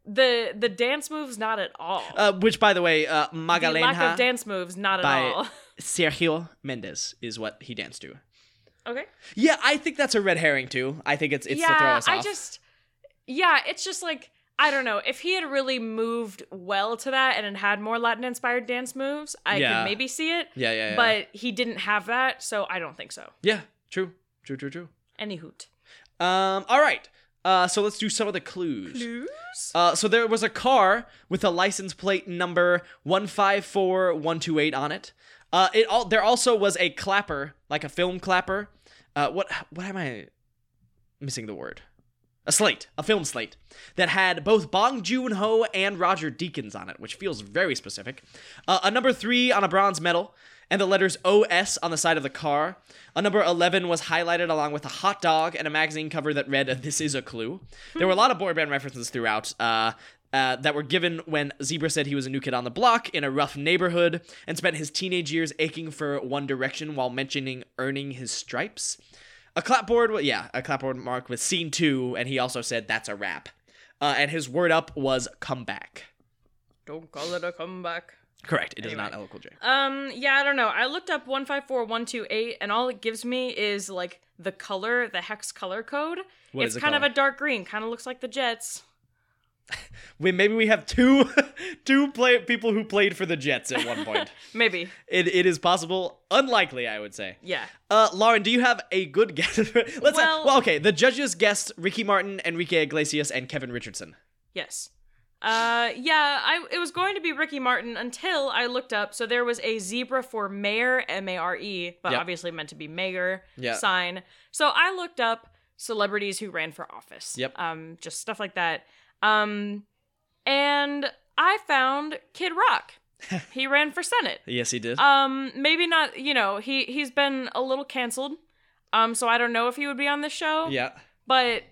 B: the the dance moves not at all.
A: Uh, which, by the way, uh,
B: the lack of
A: Magalena
B: dance moves not at
A: by-
B: all.
A: Sergio Mendes is what he danced to.
B: okay.
A: Yeah, I think that's a red herring too. I think it's it's
B: yeah,
A: to throw us off.
B: I just yeah, it's just like I don't know if he had really moved well to that and had had more Latin inspired dance moves, I
A: Yeah.
B: could maybe see it.
A: yeah, yeah, yeah.
B: But he didn't have that, so I don't think so.
A: yeah, true, true, true, true.
B: Any hoot.
A: Um, all right. Uh, so let's do some of the clues.
B: Clues?
A: Uh, so there was a car with a license plate number one five four one two eight on it. Uh, it all there also was a clapper, like a film clapper. Uh, what what am I missing the word? A slate, a film slate that had both Bong Joon Ho and Roger Deakins on it, which feels very specific. Uh, a number three on a bronze medal, and the letters OS on the side of the car. A number 11 was highlighted along with a hot dog and a magazine cover that read, This is a clue. There were a lot of boy band references throughout. Uh, uh, that were given when Zebra said he was a new kid on the block in a rough neighborhood and spent his teenage years aching for One Direction while mentioning earning his stripes. A clapboard, wa- yeah, a clapboard mark with scene two, and he also said that's a wrap. Uh, and his word up was come back.
B: Don't call it a comeback.
A: Correct. It is not
B: Anyway.
A: L. Cool J.
B: Um, yeah, I don't know. I looked up 154128 and all it gives me is like the color, the hex color code.
A: What
B: it's
A: is it
B: kind of
A: called?
B: a dark green, kind of looks like the Jets.
A: We maybe we have two two play people who played for the Jets at one point.
B: Maybe.
A: it it is possible, unlikely I would say.
B: Yeah.
A: Uh, Lauren, do you have a good guess? Let's well,
B: Well-
A: well, okay. The judges guessed Ricky Martin, Enrique Iglesias, and Kevin Richardson.
B: Yes. Uh, yeah, I it was going to be Ricky Martin until I looked up. So there was a zebra for mayor, M A R E, but
A: Yep.
B: obviously meant to be mayor
A: Yeah.
B: sign. So I looked up celebrities who ran for office.
A: Yep.
B: Um, just stuff like that. Um, and I found Kid Rock. he ran for Senate.
A: Yes, he did.
B: Um, maybe not. You know, he he's been a little canceled. Um, so I don't know if he would be on this show.
A: yeah.
B: But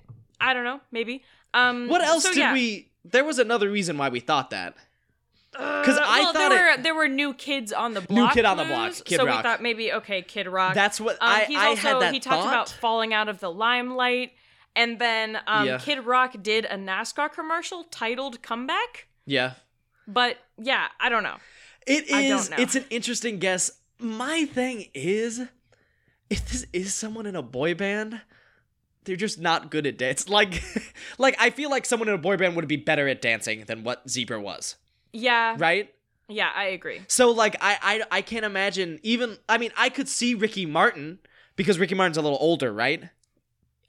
B: I don't know. Maybe. Um,
A: What else
B: so
A: did
B: yeah.
A: we? There was another reason why we thought that.
B: Because
A: I
B: Uh, well,
A: thought
B: there
A: it-
B: were there were new kids on the block.
A: Kid on the Block,
B: blues,
A: Kid
B: so
A: Rock.
B: we thought maybe okay, Kid Rock.
A: That's what
B: um,
A: I
B: he's
A: I
B: also
A: had that
B: he talked
A: thought.
B: about falling out of the limelight, and then um,
A: Yeah.
B: Kid Rock did a NASCAR commercial titled "Comeback."
A: yeah.
B: But yeah, I don't know.
A: It is.
B: I don't know.
A: It's an interesting guess. My thing is, if this is someone in a boy band, they're just not good at dance. Like, like I feel like someone in a boy band would be better at dancing than what Zebra was,
B: Yeah,
A: right?
B: yeah, I agree.
A: So like I I I can't imagine even. I mean, I could see Ricky Martin because Ricky Martin's a little older, right?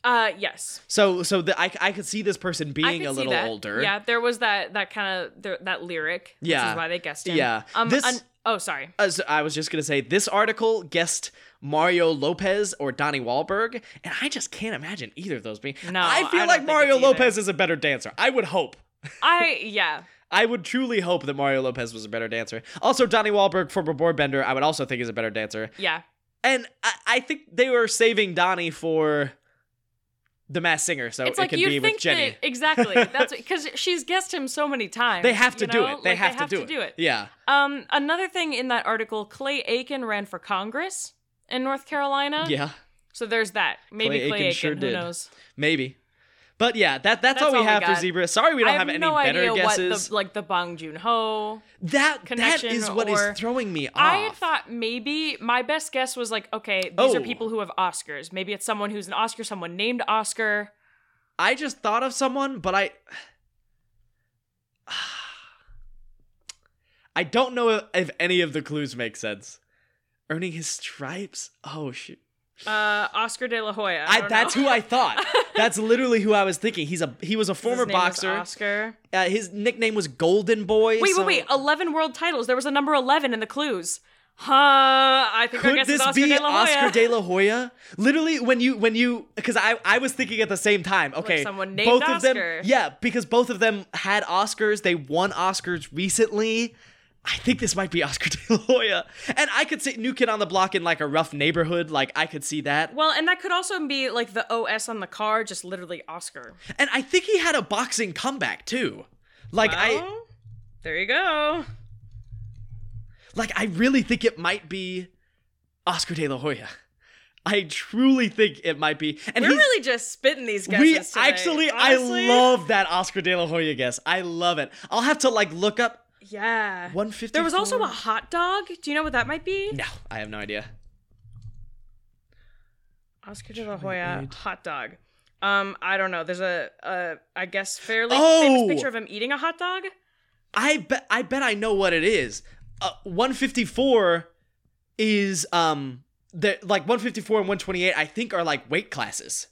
B: Uh, yes,
A: So so the, I I could see this person
B: I
A: being
B: could
A: a
B: see
A: little
B: that.
A: older.
B: Yeah, there was that that kind of that lyric. which
A: Yeah.
B: is why they guessed him.
A: Yeah.
B: Um.
A: This-
B: an- oh, sorry.
A: As I was just gonna say, this article guessed Mario Lopez or Donnie Wahlberg, and I just can't imagine either of those being.
B: No,
A: I
B: I
A: feel
B: don't
A: like
B: think
A: Mario
B: it's either.
A: Lopez is a better dancer. I would hope.
B: I yeah.
A: I would truly hope that Mario Lopez was a better dancer. Also, Donnie Wahlberg, former board bender, I would also think is a better dancer.
B: Yeah.
A: And I, I think they were saving Donnie for the mass singer, so
B: it's
A: it
B: like
A: could
B: you
A: be
B: think
A: with Jenny.
B: That, exactly. That's because she's guessed him so many times.
A: they have to
B: you
A: do
B: know?
A: it. They
B: Like,
A: have, to, do, it. Yeah.
B: Um, another thing in that article, Clay Aiken ran for Congress in North Carolina.
A: Yeah.
B: So there's that.
A: Clay
B: Maybe Clay,
A: Aiken
B: Aiken.
A: sure
B: who
A: did.
B: knows?
A: Maybe. But yeah, that that's,
B: That's
A: all we
B: all we
A: have for
B: got.
A: Zebra. Sorry we don't
B: I have,
A: any
B: no
A: better
B: idea
A: guesses.
B: what the like the Bong Joon Ho.
A: That that
B: connection
A: is what is
B: or-
A: throwing me off.
B: I had thought maybe my best guess was like, okay, these
A: Oh.
B: are people who have Oscars. Maybe it's someone who's an Oscar, someone named Oscar.
A: I just thought of someone, but I I don't know if, if any of the clues make sense. Earning his stripes? Oh shoot.
B: Uh, Oscar De La Hoya. I,
A: I, that's who I thought. That's literally who I was thinking. He's a he was a former boxer.
B: Oscar.
A: Uh, his nickname was Golden Boy.
B: Wait,
A: so-
B: wait, wait. 11 world titles. There was a number 11 in the clues. Huh. I think I
A: Could
B: guess
A: this
B: it's Oscar
A: be
B: De La Hoya.
A: Oscar De La Hoya? Literally, when you when you because I I was thinking at the same time. Okay,
B: someone named
A: both of them.
B: Oscar.
A: Yeah, because both of them had Oscars. They won Oscars recently. I think this might be Oscar De La Hoya, and I could see New Kid on the Block in like a rough neighborhood. Like I could see that,
B: Well, and that could also be like the OS on the car, just literally Oscar.
A: and I think he had a boxing comeback too. Like I
B: Well, there you go.
A: like I really think it might be Oscar De La Hoya. I truly think it might be, and
B: We're
A: he's-
B: really just spitting these guesses.
A: We
B: today,
A: actually,
B: honestly.
A: I love that Oscar De La Hoya guess. I love it. I'll have to like look up
B: Yeah.
A: 150.
B: There was also a hot dog. Do you know what that might be?
A: No, I have no idea.
B: Oscar De La Hoya hot dog. Um, I don't know. There's a, a I guess fairly
A: Oh!
B: famous picture of him eating a hot dog.
A: I bet. I bet I know what it is. Uh, 154 is um the like 154 and 128. I think are like weight classes.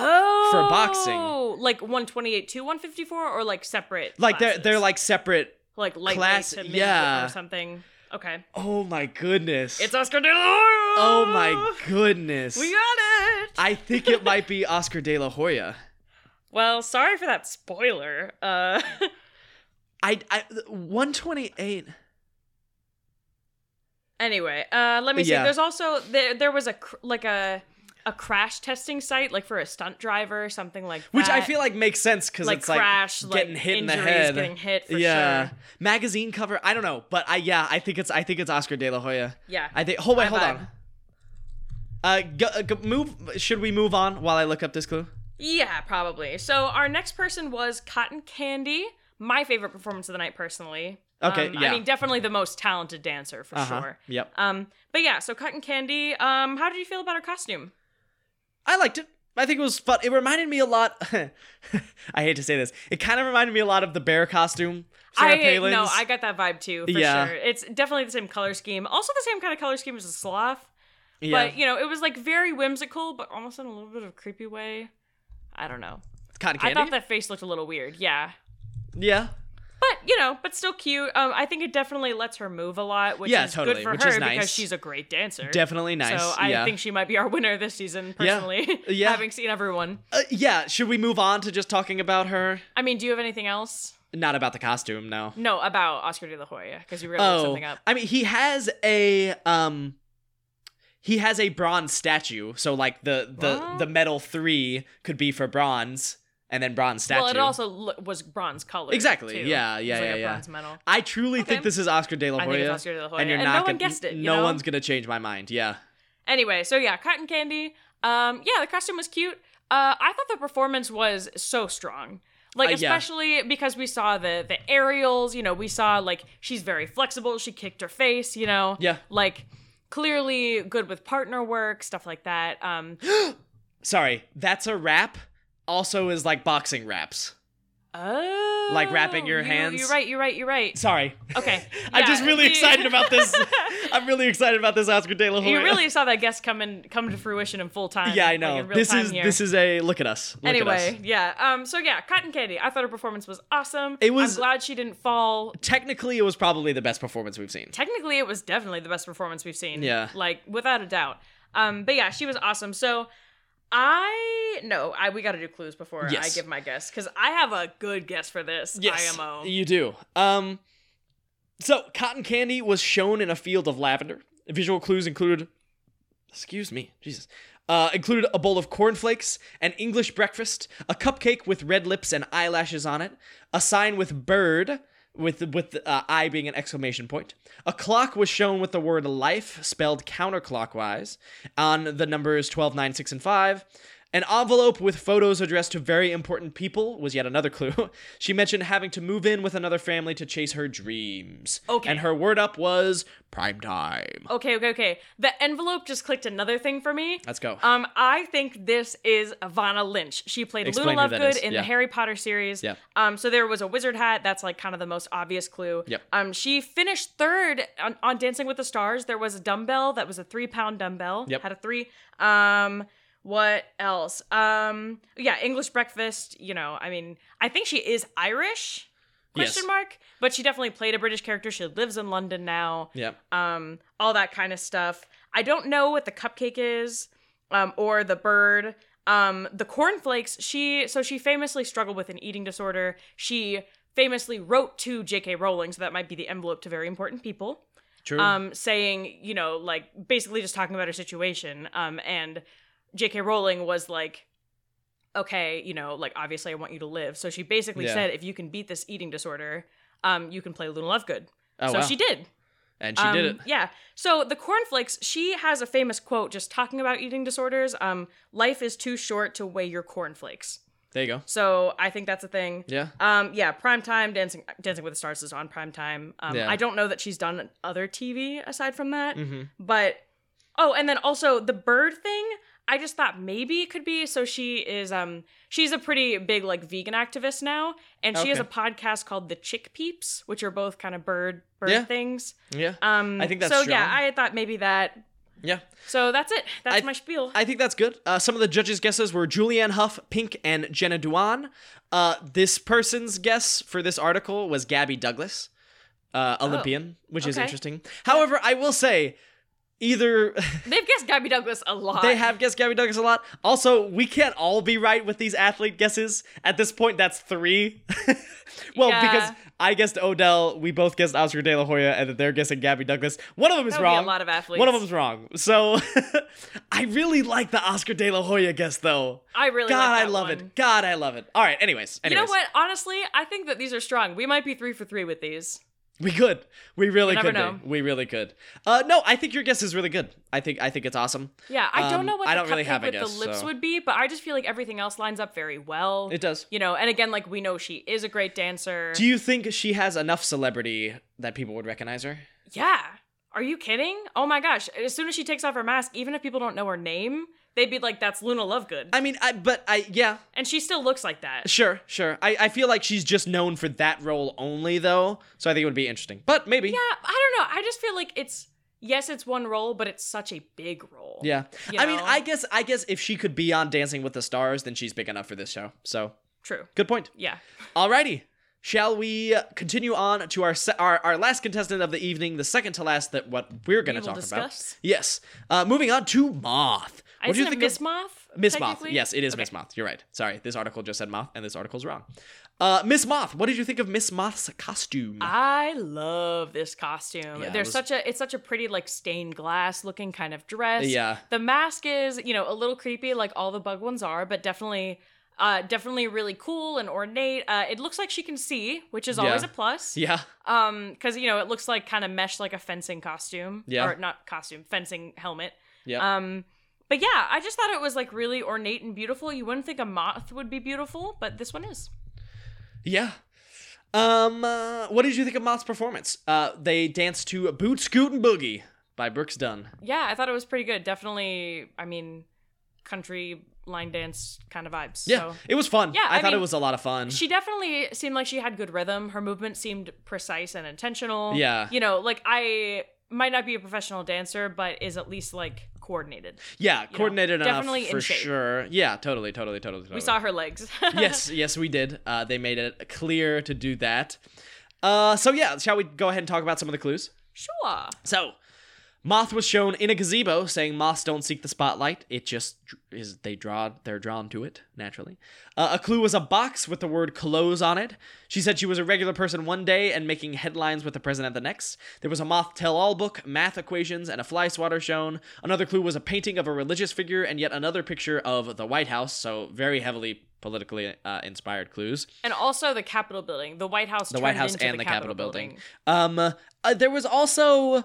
B: Oh,
A: boxing.
B: like 128 to 154, or like separate.
A: Like they're
B: classes?
A: they're like separate.
B: like lightweight
A: class-
B: to mid
A: yeah.
B: or something. Okay,
A: Oh my goodness.
B: it's Oscar De La Hoya.
A: oh my goodness.
B: we got it.
A: I think it might be Oscar De La Hoya.
B: well, sorry for that spoiler. Uh,
A: I, I 128.
B: anyway, uh, let me see.
A: Yeah.
B: There's also there there was a cr- like a a crash testing site, like for a stunt driver or something like that.
A: Which I feel like makes sense because
B: like
A: it's
B: crash,
A: like getting
B: like
A: hit in the
B: injuries,
A: head,
B: getting hit for
A: yeah,
B: sure.
A: magazine cover. I don't know, but I yeah, I think it's I think it's Oscar De La Hoya.
B: Yeah.
A: I think. Oh wait,
B: High
A: hold
B: five.
A: on. Uh, go, uh, go, move. Should we move on while I look up this clue?
B: Yeah, probably. So our next person was Cotton Candy. My favorite performance of the night, personally.
A: Okay,
B: Um,
A: yeah.
B: I mean, definitely the most talented dancer for
A: Uh-huh,
B: sure.
A: Yep.
B: Um, but yeah, so Cotton Candy. Um, how did you feel about her costume?
A: I liked it. I think it was fun. It reminded me a lot. I hate to say this. It kind of reminded me a lot of the bear costume. Sarah
B: I
A: Palin's.
B: no, I got that vibe too. For
A: Yeah.
B: sure, it's definitely the same color scheme. Also, the same kind of color scheme as the sloth.
A: yeah.
B: But you know, it was like very whimsical, but almost in a little bit of a creepy way. I don't know.
A: cotton
B: I
A: candy.
B: thought that face looked a little weird. Yeah.
A: yeah.
B: But you know, but still cute. Um, I think it definitely lets her move a lot, which
A: Yeah,
B: is
A: totally,
B: good for
A: which
B: her
A: is nice.
B: because she's a great dancer.
A: Definitely nice.
B: So I
A: yeah.
B: think she might be our winner this season,
A: Yeah.
B: personally.
A: Yeah.
B: Having seen everyone.
A: Uh, yeah. Should we move on to just talking about her?
B: I mean, do you have anything else?
A: Not about the costume. No.
B: No, about Oscar de la Hoya, because you really looked
A: Oh,
B: something up.
A: I mean, he has a um, he has a bronze statue. So like the the
B: What?
A: the metal three could be for bronze, and then bronze statue.
B: Well, it also lo- was bronze colored.
A: Exactly.
B: too.
A: Yeah, yeah,
B: It was like
A: yeah,
B: a
A: yeah.
B: bronze medal.
A: I truly think
B: Okay.
A: this is Oscar De La
B: I
A: Hoya.
B: think it's Oscar de la Hoya,
A: And you're
B: and
A: not
B: no one
A: gonna-
B: guessed it, you
A: no
B: know?
A: one's gonna change my mind. Yeah.
B: Anyway, so yeah, Cotton Candy. Um, yeah, the costume was cute. Uh, I thought the performance was so strong. Like
A: Uh, yeah.
B: especially because we saw the the aerials, you know, we saw like she's very flexible. She kicked her face, you know.
A: Yeah.
B: Like clearly good with partner work, stuff like that. Um,
A: Sorry, that's a rap. Also, is like boxing raps.
B: oh,
A: Like wrapping your
B: you-
A: hands?
B: You're right. You're right. You're right.
A: Sorry,
B: Okay.
A: I'm just
B: yeah,
A: really
B: the-
A: excited about this. I'm really excited about this Oscar De La Hoya.
B: You really saw that guest come in come to fruition in full time.
A: Yeah, I
B: like,
A: know.
B: in real
A: this
B: time
A: is
B: here.
A: this is a look at us. Look at
B: anyway,
A: us.
B: yeah. Um. So yeah, Cotton Candy. I thought her performance was awesome.
A: It was-
B: I'm glad she didn't fall.
A: Technically, it was probably the best performance we've seen.
B: Technically, it was definitely the best performance we've seen.
A: Yeah.
B: Like without a doubt. Um. But yeah, she was awesome. So. I no, I we got to do clues before
A: Yes.
B: I give my guess because I have a good guess for this.
A: Yes,
B: IMO.
A: you do. Um, so cotton candy was shown in a field of lavender. Visual clues included, excuse me, Jesus, uh, included a bowl of cornflakes, an English breakfast, a cupcake with red lips and eyelashes on it, a sign with bird. With with uh, I being an exclamation point, a clock was shown with the word life spelled counterclockwise on the numbers 12, 9, 6, and five. An envelope with photos addressed to very important people was yet another clue. she mentioned having to move in with another family to chase her dreams.
B: Okay.
A: And her word up was prime time.
B: Okay, okay, okay. The envelope just clicked another thing for me.
A: Let's go.
B: Um, I think this is Ivana Lynch. She played
A: Explain who
B: Luna
A: that
B: Lovegood
A: is.
B: in
A: Yeah.
B: the Harry Potter series.
A: Yeah.
B: Um, so there was a wizard hat. That's like kind of the most obvious clue.
A: Yep.
B: Um, she finished third on, on Dancing with the Stars. There was a dumbbell that was a three pound dumbbell.
A: Yep.
B: Had a three. Um, what else? Um, yeah, English breakfast. You know, I mean, I think she is Irish.
A: Yes.
B: Question mark. But she definitely played a British character. She lives in London now
A: yeah.
B: um, all that kind of stuff. I don't know what the cupcake is, um, or the bird. Um, the cornflakes, she so she famously struggled with an eating disorder. She famously wrote to J.K. Rowling, so that might be the envelope to very important people.
A: True.
B: Um, saying, you know, like basically just talking about her situation. Um, and J.K. Rowling was like, okay, you know, like obviously I want you to live. So she basically
A: Yeah.
B: said, if you can beat this eating disorder, um, you can play Luna Lovegood.
A: oh,
B: so
A: wow.
B: she did.
A: and she did it.
B: Um, Yeah. So the cornflakes, she has a famous quote just talking about eating disorders. Um, life is too short to weigh your cornflakes.
A: There you go.
B: So I think that's a thing.
A: Yeah.
B: Um, yeah, prime time dancing Dancing with the Stars is on prime time. Um,
A: Yeah.
B: I don't know that she's done other TV aside from that,
A: Mm-hmm.
B: but oh, and then also the bird thing. I just thought maybe it could be. So she is um she's a pretty big like vegan activist now, and she has a
A: Okay.
B: podcast called The Chick Peeps, which are both kind of bird bird
A: Yeah.
B: things.
A: Yeah.
B: Um,
A: I think that's
B: so. Yeah,
A: strong.
B: I thought maybe that.
A: Yeah.
B: So that's it. That's
A: I-
B: my spiel.
A: I think that's good. Uh, some of the judges' guesses were Julianne Huff, Pink, and Jenna Dewan. Uh, this person's guess for this article was Gabby Douglas, uh, Olympian, which is
B: Oh, okay.
A: interesting. However, I will say either
B: They've guessed Gabby Douglas a lot.
A: they have guessed Gabby Douglas a lot. Also, we can't all be right with these athlete guesses. At this point, that's three. well,
B: Yeah.
A: because I guessed Odell, we both guessed Oscar De La Hoya, and then they're guessing Gabby Douglas. One of them is
B: That would be
A: wrong.
B: a lot of athletes.
A: One of them's wrong. So I really like the Oscar De La Hoya guess, though.
B: I really
A: God,
B: like
A: I
B: that
A: love
B: one.
A: it. God, I love it. All right. Anyways,
B: You
A: anyways,
B: know what? Honestly, I think that these are strong. We might be three for three with these.
A: we could. We really
B: never
A: could. be.
B: know.
A: We really could. Uh, no, I think your guess is really good. I think I think it's awesome.
B: Yeah, I
A: Um,
B: don't know what
A: I
B: the
A: don't really
B: cupcake
A: have a
B: with
A: guess,
B: the lips
A: so-
B: would be, but I just feel like everything else lines up very well.
A: It does.
B: You know, and again, like we know she is a great dancer.
A: Do you think she has enough celebrity that people would recognize her?
B: yeah. Are you kidding? Oh my gosh! As soon as she takes off her mask, even if people don't know her name, they'd be like, "That's Luna Lovegood,"
A: I mean, I but I yeah,
B: and she still looks like that.
A: sure, sure. I I feel like she's just known for that role only though, so I think it would be interesting. But maybe.
B: Yeah, I don't know. I just feel like it's yes, it's one role, but it's such a big role.
A: Yeah.
B: You
A: I mean,
B: know?
A: I guess I guess if she could be on Dancing with the Stars, then she's big enough for this show. So,
B: True.
A: good point.
B: Yeah.
A: Alrighty. Shall we continue on to our se- our, our last contestant of the evening, the second to last that what we're going to
B: will
A: talk
B: discuss.
A: about? Yes. Uh, moving on to Moth.
B: I
A: What do you
B: said
A: think of-
B: Miss Moth.
A: Miss Moth.
B: technically?
A: Yes, it is
B: Okay.
A: Miss Moth. You're right. Sorry, this article just said Moth, and this article's wrong. Uh, Miss Moth. What did you think of Miss Moth's costume?
B: I love this costume.
A: Yeah, it
B: There's
A: was-
B: such a it's such a pretty like stained glass looking kind of dress.
A: Yeah.
B: The mask is, you know, a little creepy like all the bug ones are, but definitely uh definitely really cool and ornate. Uh it looks like she can see, which is always
A: Yeah.
B: a plus.
A: yeah,
B: Um cuz you know, it looks like kind of mesh like a fencing costume
A: Yeah.
B: or not costume, fencing helmet.
A: yeah.
B: Um but yeah, I just thought it was like really ornate and beautiful. You wouldn't think a moth would be beautiful, but this one is.
A: Yeah. Um, uh, what did you think of Moth's performance? Uh, they danced to Boot Scoot and Boogie by Brooks Dunn.
B: Yeah, I thought it was pretty good. Definitely, I mean, country line dance kind of vibes.
A: Yeah,
B: So.
A: it was fun.
B: Yeah,
A: I,
B: I
A: thought it
B: mean,
A: was a lot of fun.
B: She definitely seemed like she had good rhythm. Her movement seemed precise and intentional.
A: Yeah.
B: You know, like I might not be a professional dancer, but is at least like coordinated.
A: yeah,
B: know,
A: coordinated enough
B: definitely in
A: for
B: shape.
A: sure. Yeah, totally, totally, totally, totally.
B: We saw her legs.
A: yes, yes, we did. Uh, they made it clear to do that. Uh, so yeah, shall we go ahead and talk about some of the clues?
B: Sure.
A: So, Moth was shown in a gazebo, saying moths don't seek the spotlight. It just is they draw they're drawn to it naturally. Uh, a clue was a box with the word clothes on it. She said she was a regular person one day and making headlines with the president the next. There was a moth tell-all book, math equations, and a fly swatter shown. Another clue was a painting of a religious figure, and yet another picture of the White House. So very heavily politically uh, inspired clues
B: And also the Capitol building, the White House,
A: the White
B: turned
A: House
B: into
A: and the, Capitol
B: Capitol
A: building. Um, uh, there was also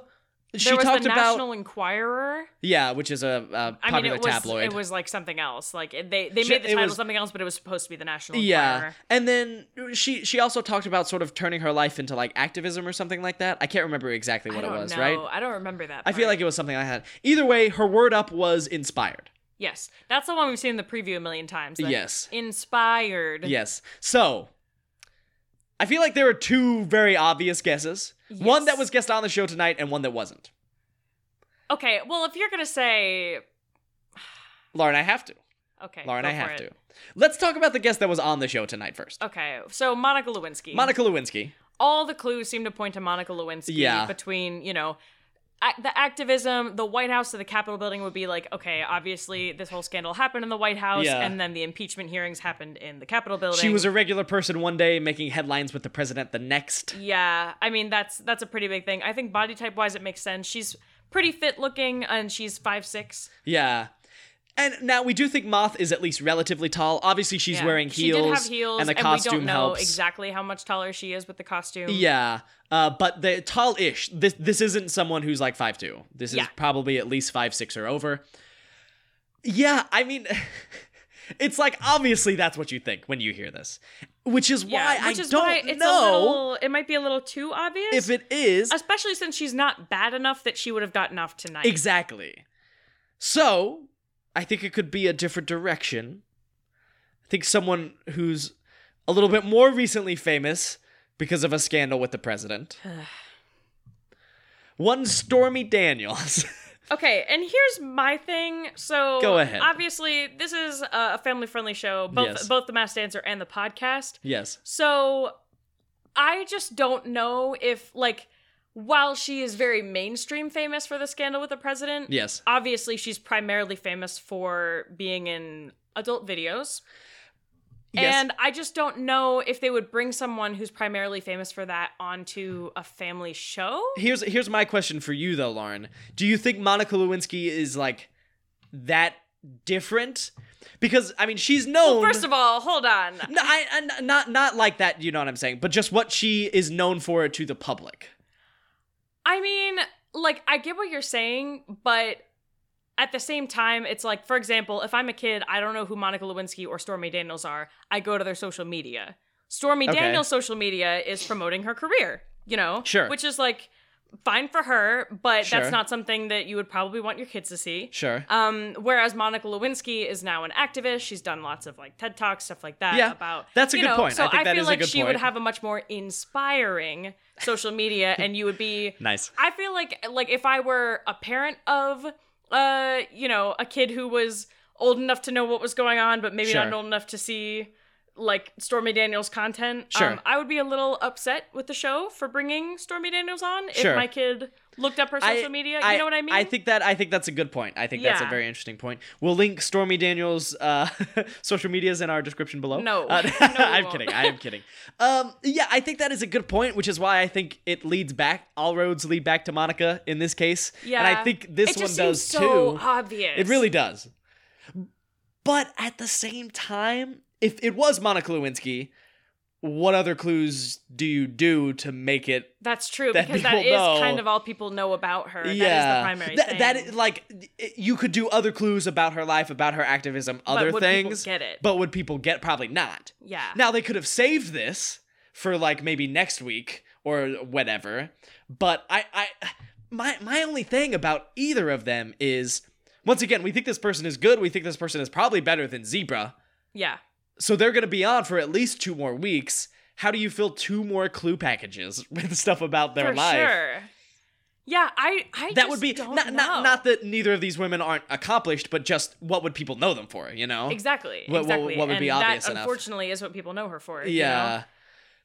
A: she
B: there was
A: talked
B: the
A: about
B: National Enquirer.
A: yeah, which is a, a
B: I mean,
A: popular
B: it was
A: tabloid.
B: it was like something else. Like it- they they
A: Sure,
B: made the
A: it
B: title
A: was-
B: something else, but it was supposed to be the National
A: yeah,
B: Enquirer.
A: and then she she also talked about sort of turning her life into like activism or something like that. I can't remember exactly what
B: I
A: it
B: don't
A: was,
B: know.
A: right?
B: I don't remember that.
A: I feel
B: part.
A: like it was something like that. Either way, her word up was inspired.
B: Yes, that's the one we've seen in the preview a million times. that
A: Yes.
B: inspired.
A: Yes. So I feel like there are two very obvious guesses. One that
B: Yes.
A: was guessed on the show tonight, and one that wasn't.
B: Okay, well, if you're gonna say,
A: Lauren, I have to.
B: okay,
A: Lauren,
B: go
A: I have
B: for
A: to.
B: it.
A: Let's talk about the guest that was on the show tonight first.
B: Okay, so Monica Lewinsky.
A: Monica Lewinsky.
B: All the clues seem to point to Monica Lewinsky.
A: Yeah.
B: Between you know. ac- The activism, the White House to the Capitol building would be like, okay, obviously this whole scandal happened in the White House,
A: Yeah.
B: and then the impeachment hearings happened in the Capitol building.
A: She was a regular person one day, making headlines with the president the next.
B: Yeah, I mean that's that's a pretty big thing. I think body type wise, it makes sense. She's pretty fit looking, and she's five six.
A: Yeah. And now we do think Moth is at least relatively tall. Obviously, she's
B: Yeah.
A: wearing
B: She
A: heels,
B: did have heels,
A: and the costume
B: we don't know
A: helps.
B: exactly how much taller she is with the costume.
A: Yeah, uh, but the tall-ish. This this isn't someone who's like five two. This is
B: Yeah.
A: probably at least five six or over. Yeah, I mean, it's like obviously that's what you think when you hear this, which is
B: yeah,
A: why
B: which
A: I
B: is
A: don't
B: why it's
A: know
B: a little. It might be a little too obvious,
A: if it is
B: especially since she's not bad enough that she would have gotten off tonight.
A: Exactly. So, I think it could be a different direction. I think someone who's a little bit more recently famous because of a scandal with the president. One Stormy Daniels.
B: Okay, and here's my thing. So
A: Go ahead.
B: Obviously, this is a family friendly show. Both
A: Yes.
B: both the Mass Dancer and the podcast.
A: yes.
B: So I just don't know if like while she is very mainstream famous for the scandal with the president,
A: Yes.
B: obviously she's primarily famous for being in adult videos.
A: Yes.
B: And I just don't know if they would bring someone who's primarily famous for that onto a family show.
A: here's here's my question for you though, Lauren. Do you think Monica Lewinsky is like that different? Because I mean, she's known.
B: Well, first of all, hold on.
A: no, I, I- not not like that. You know what I'm saying? But just what she is known for to the public.
B: I mean, like, I get what you're saying, but at the same time, it's like, for example, if I'm a kid, I don't know who Monica Lewinsky or Stormy Daniels are. I go to their social media. Stormy
A: Okay.
B: Daniels' social media is promoting her career, you know?
A: Sure.
B: Which is like fine for her, but
A: Sure.
B: that's not something that you would probably want your kids to see.
A: Sure.
B: Um, whereas Monica Lewinsky is now an activist. She's done lots of like TED Talks, stuff like that.
A: Yeah,
B: about
A: that's a
B: you
A: good
B: know,
A: point.
B: So
A: I think that
B: feel
A: is a
B: like
A: good
B: she
A: point.
B: would have a much more inspiring social media, and you would be.
A: nice.
B: I feel like like if I were a parent of uh you know a kid who was old enough to know what was going on, but maybe not
A: Sure.
B: old enough to see like Stormy Daniels content.
A: Sure.
B: um, I would be a little upset with the show for bringing Stormy Daniels on if
A: Sure.
B: my kid looked up her
A: I-
B: social media. You know what I mean?
A: I think that I think that's a good point. I think that's a
B: Yeah.
A: very interesting point. We'll link Stormy Daniels' uh, social medias in our description below.
B: No.
A: Uh,
B: No, we
A: I'm
B: won't.
A: kidding. I am kidding. Um, yeah, I think that is a good point, which is why I think it leads back. All roads lead back to Monica in this case. and I
B: Yeah.
A: think this
B: it
A: one
B: just
A: does
B: seems so
A: too.
B: Obvious.
A: It really does. But at the same time, if it was Monica Lewinsky, what other clues do you do to make it
B: That's true
A: that
B: because that
A: people
B: is
A: know.
B: kind of all people know about her. That is the primary
A: That-
B: thing.
A: that is- like it- you could do other clues about her life, about her activism,
B: But
A: other
B: would people
A: things.
B: Get it?
A: But would people get probably not?
B: yeah.
A: Now they could have saved this for like maybe next week or whatever. But I, I, my my only thing about either of them is once again we think this person is good. We think this person is probably better than Zebra.
B: yeah.
A: So they're gonna be on for at least two more weeks. How do you fill two more clue packages with stuff about their
B: for
A: life?
B: sure. Yeah, I. I
A: that
B: just
A: would be
B: don't
A: not,
B: know.
A: not not that neither of these women aren't accomplished, but just what would people know them for? You know,
B: exactly.
A: What- what-
B: exactly.
A: what would
B: and
A: be
B: that,
A: obvious enough.
B: Unfortunately, is what people know her for. you
A: yeah.
B: know?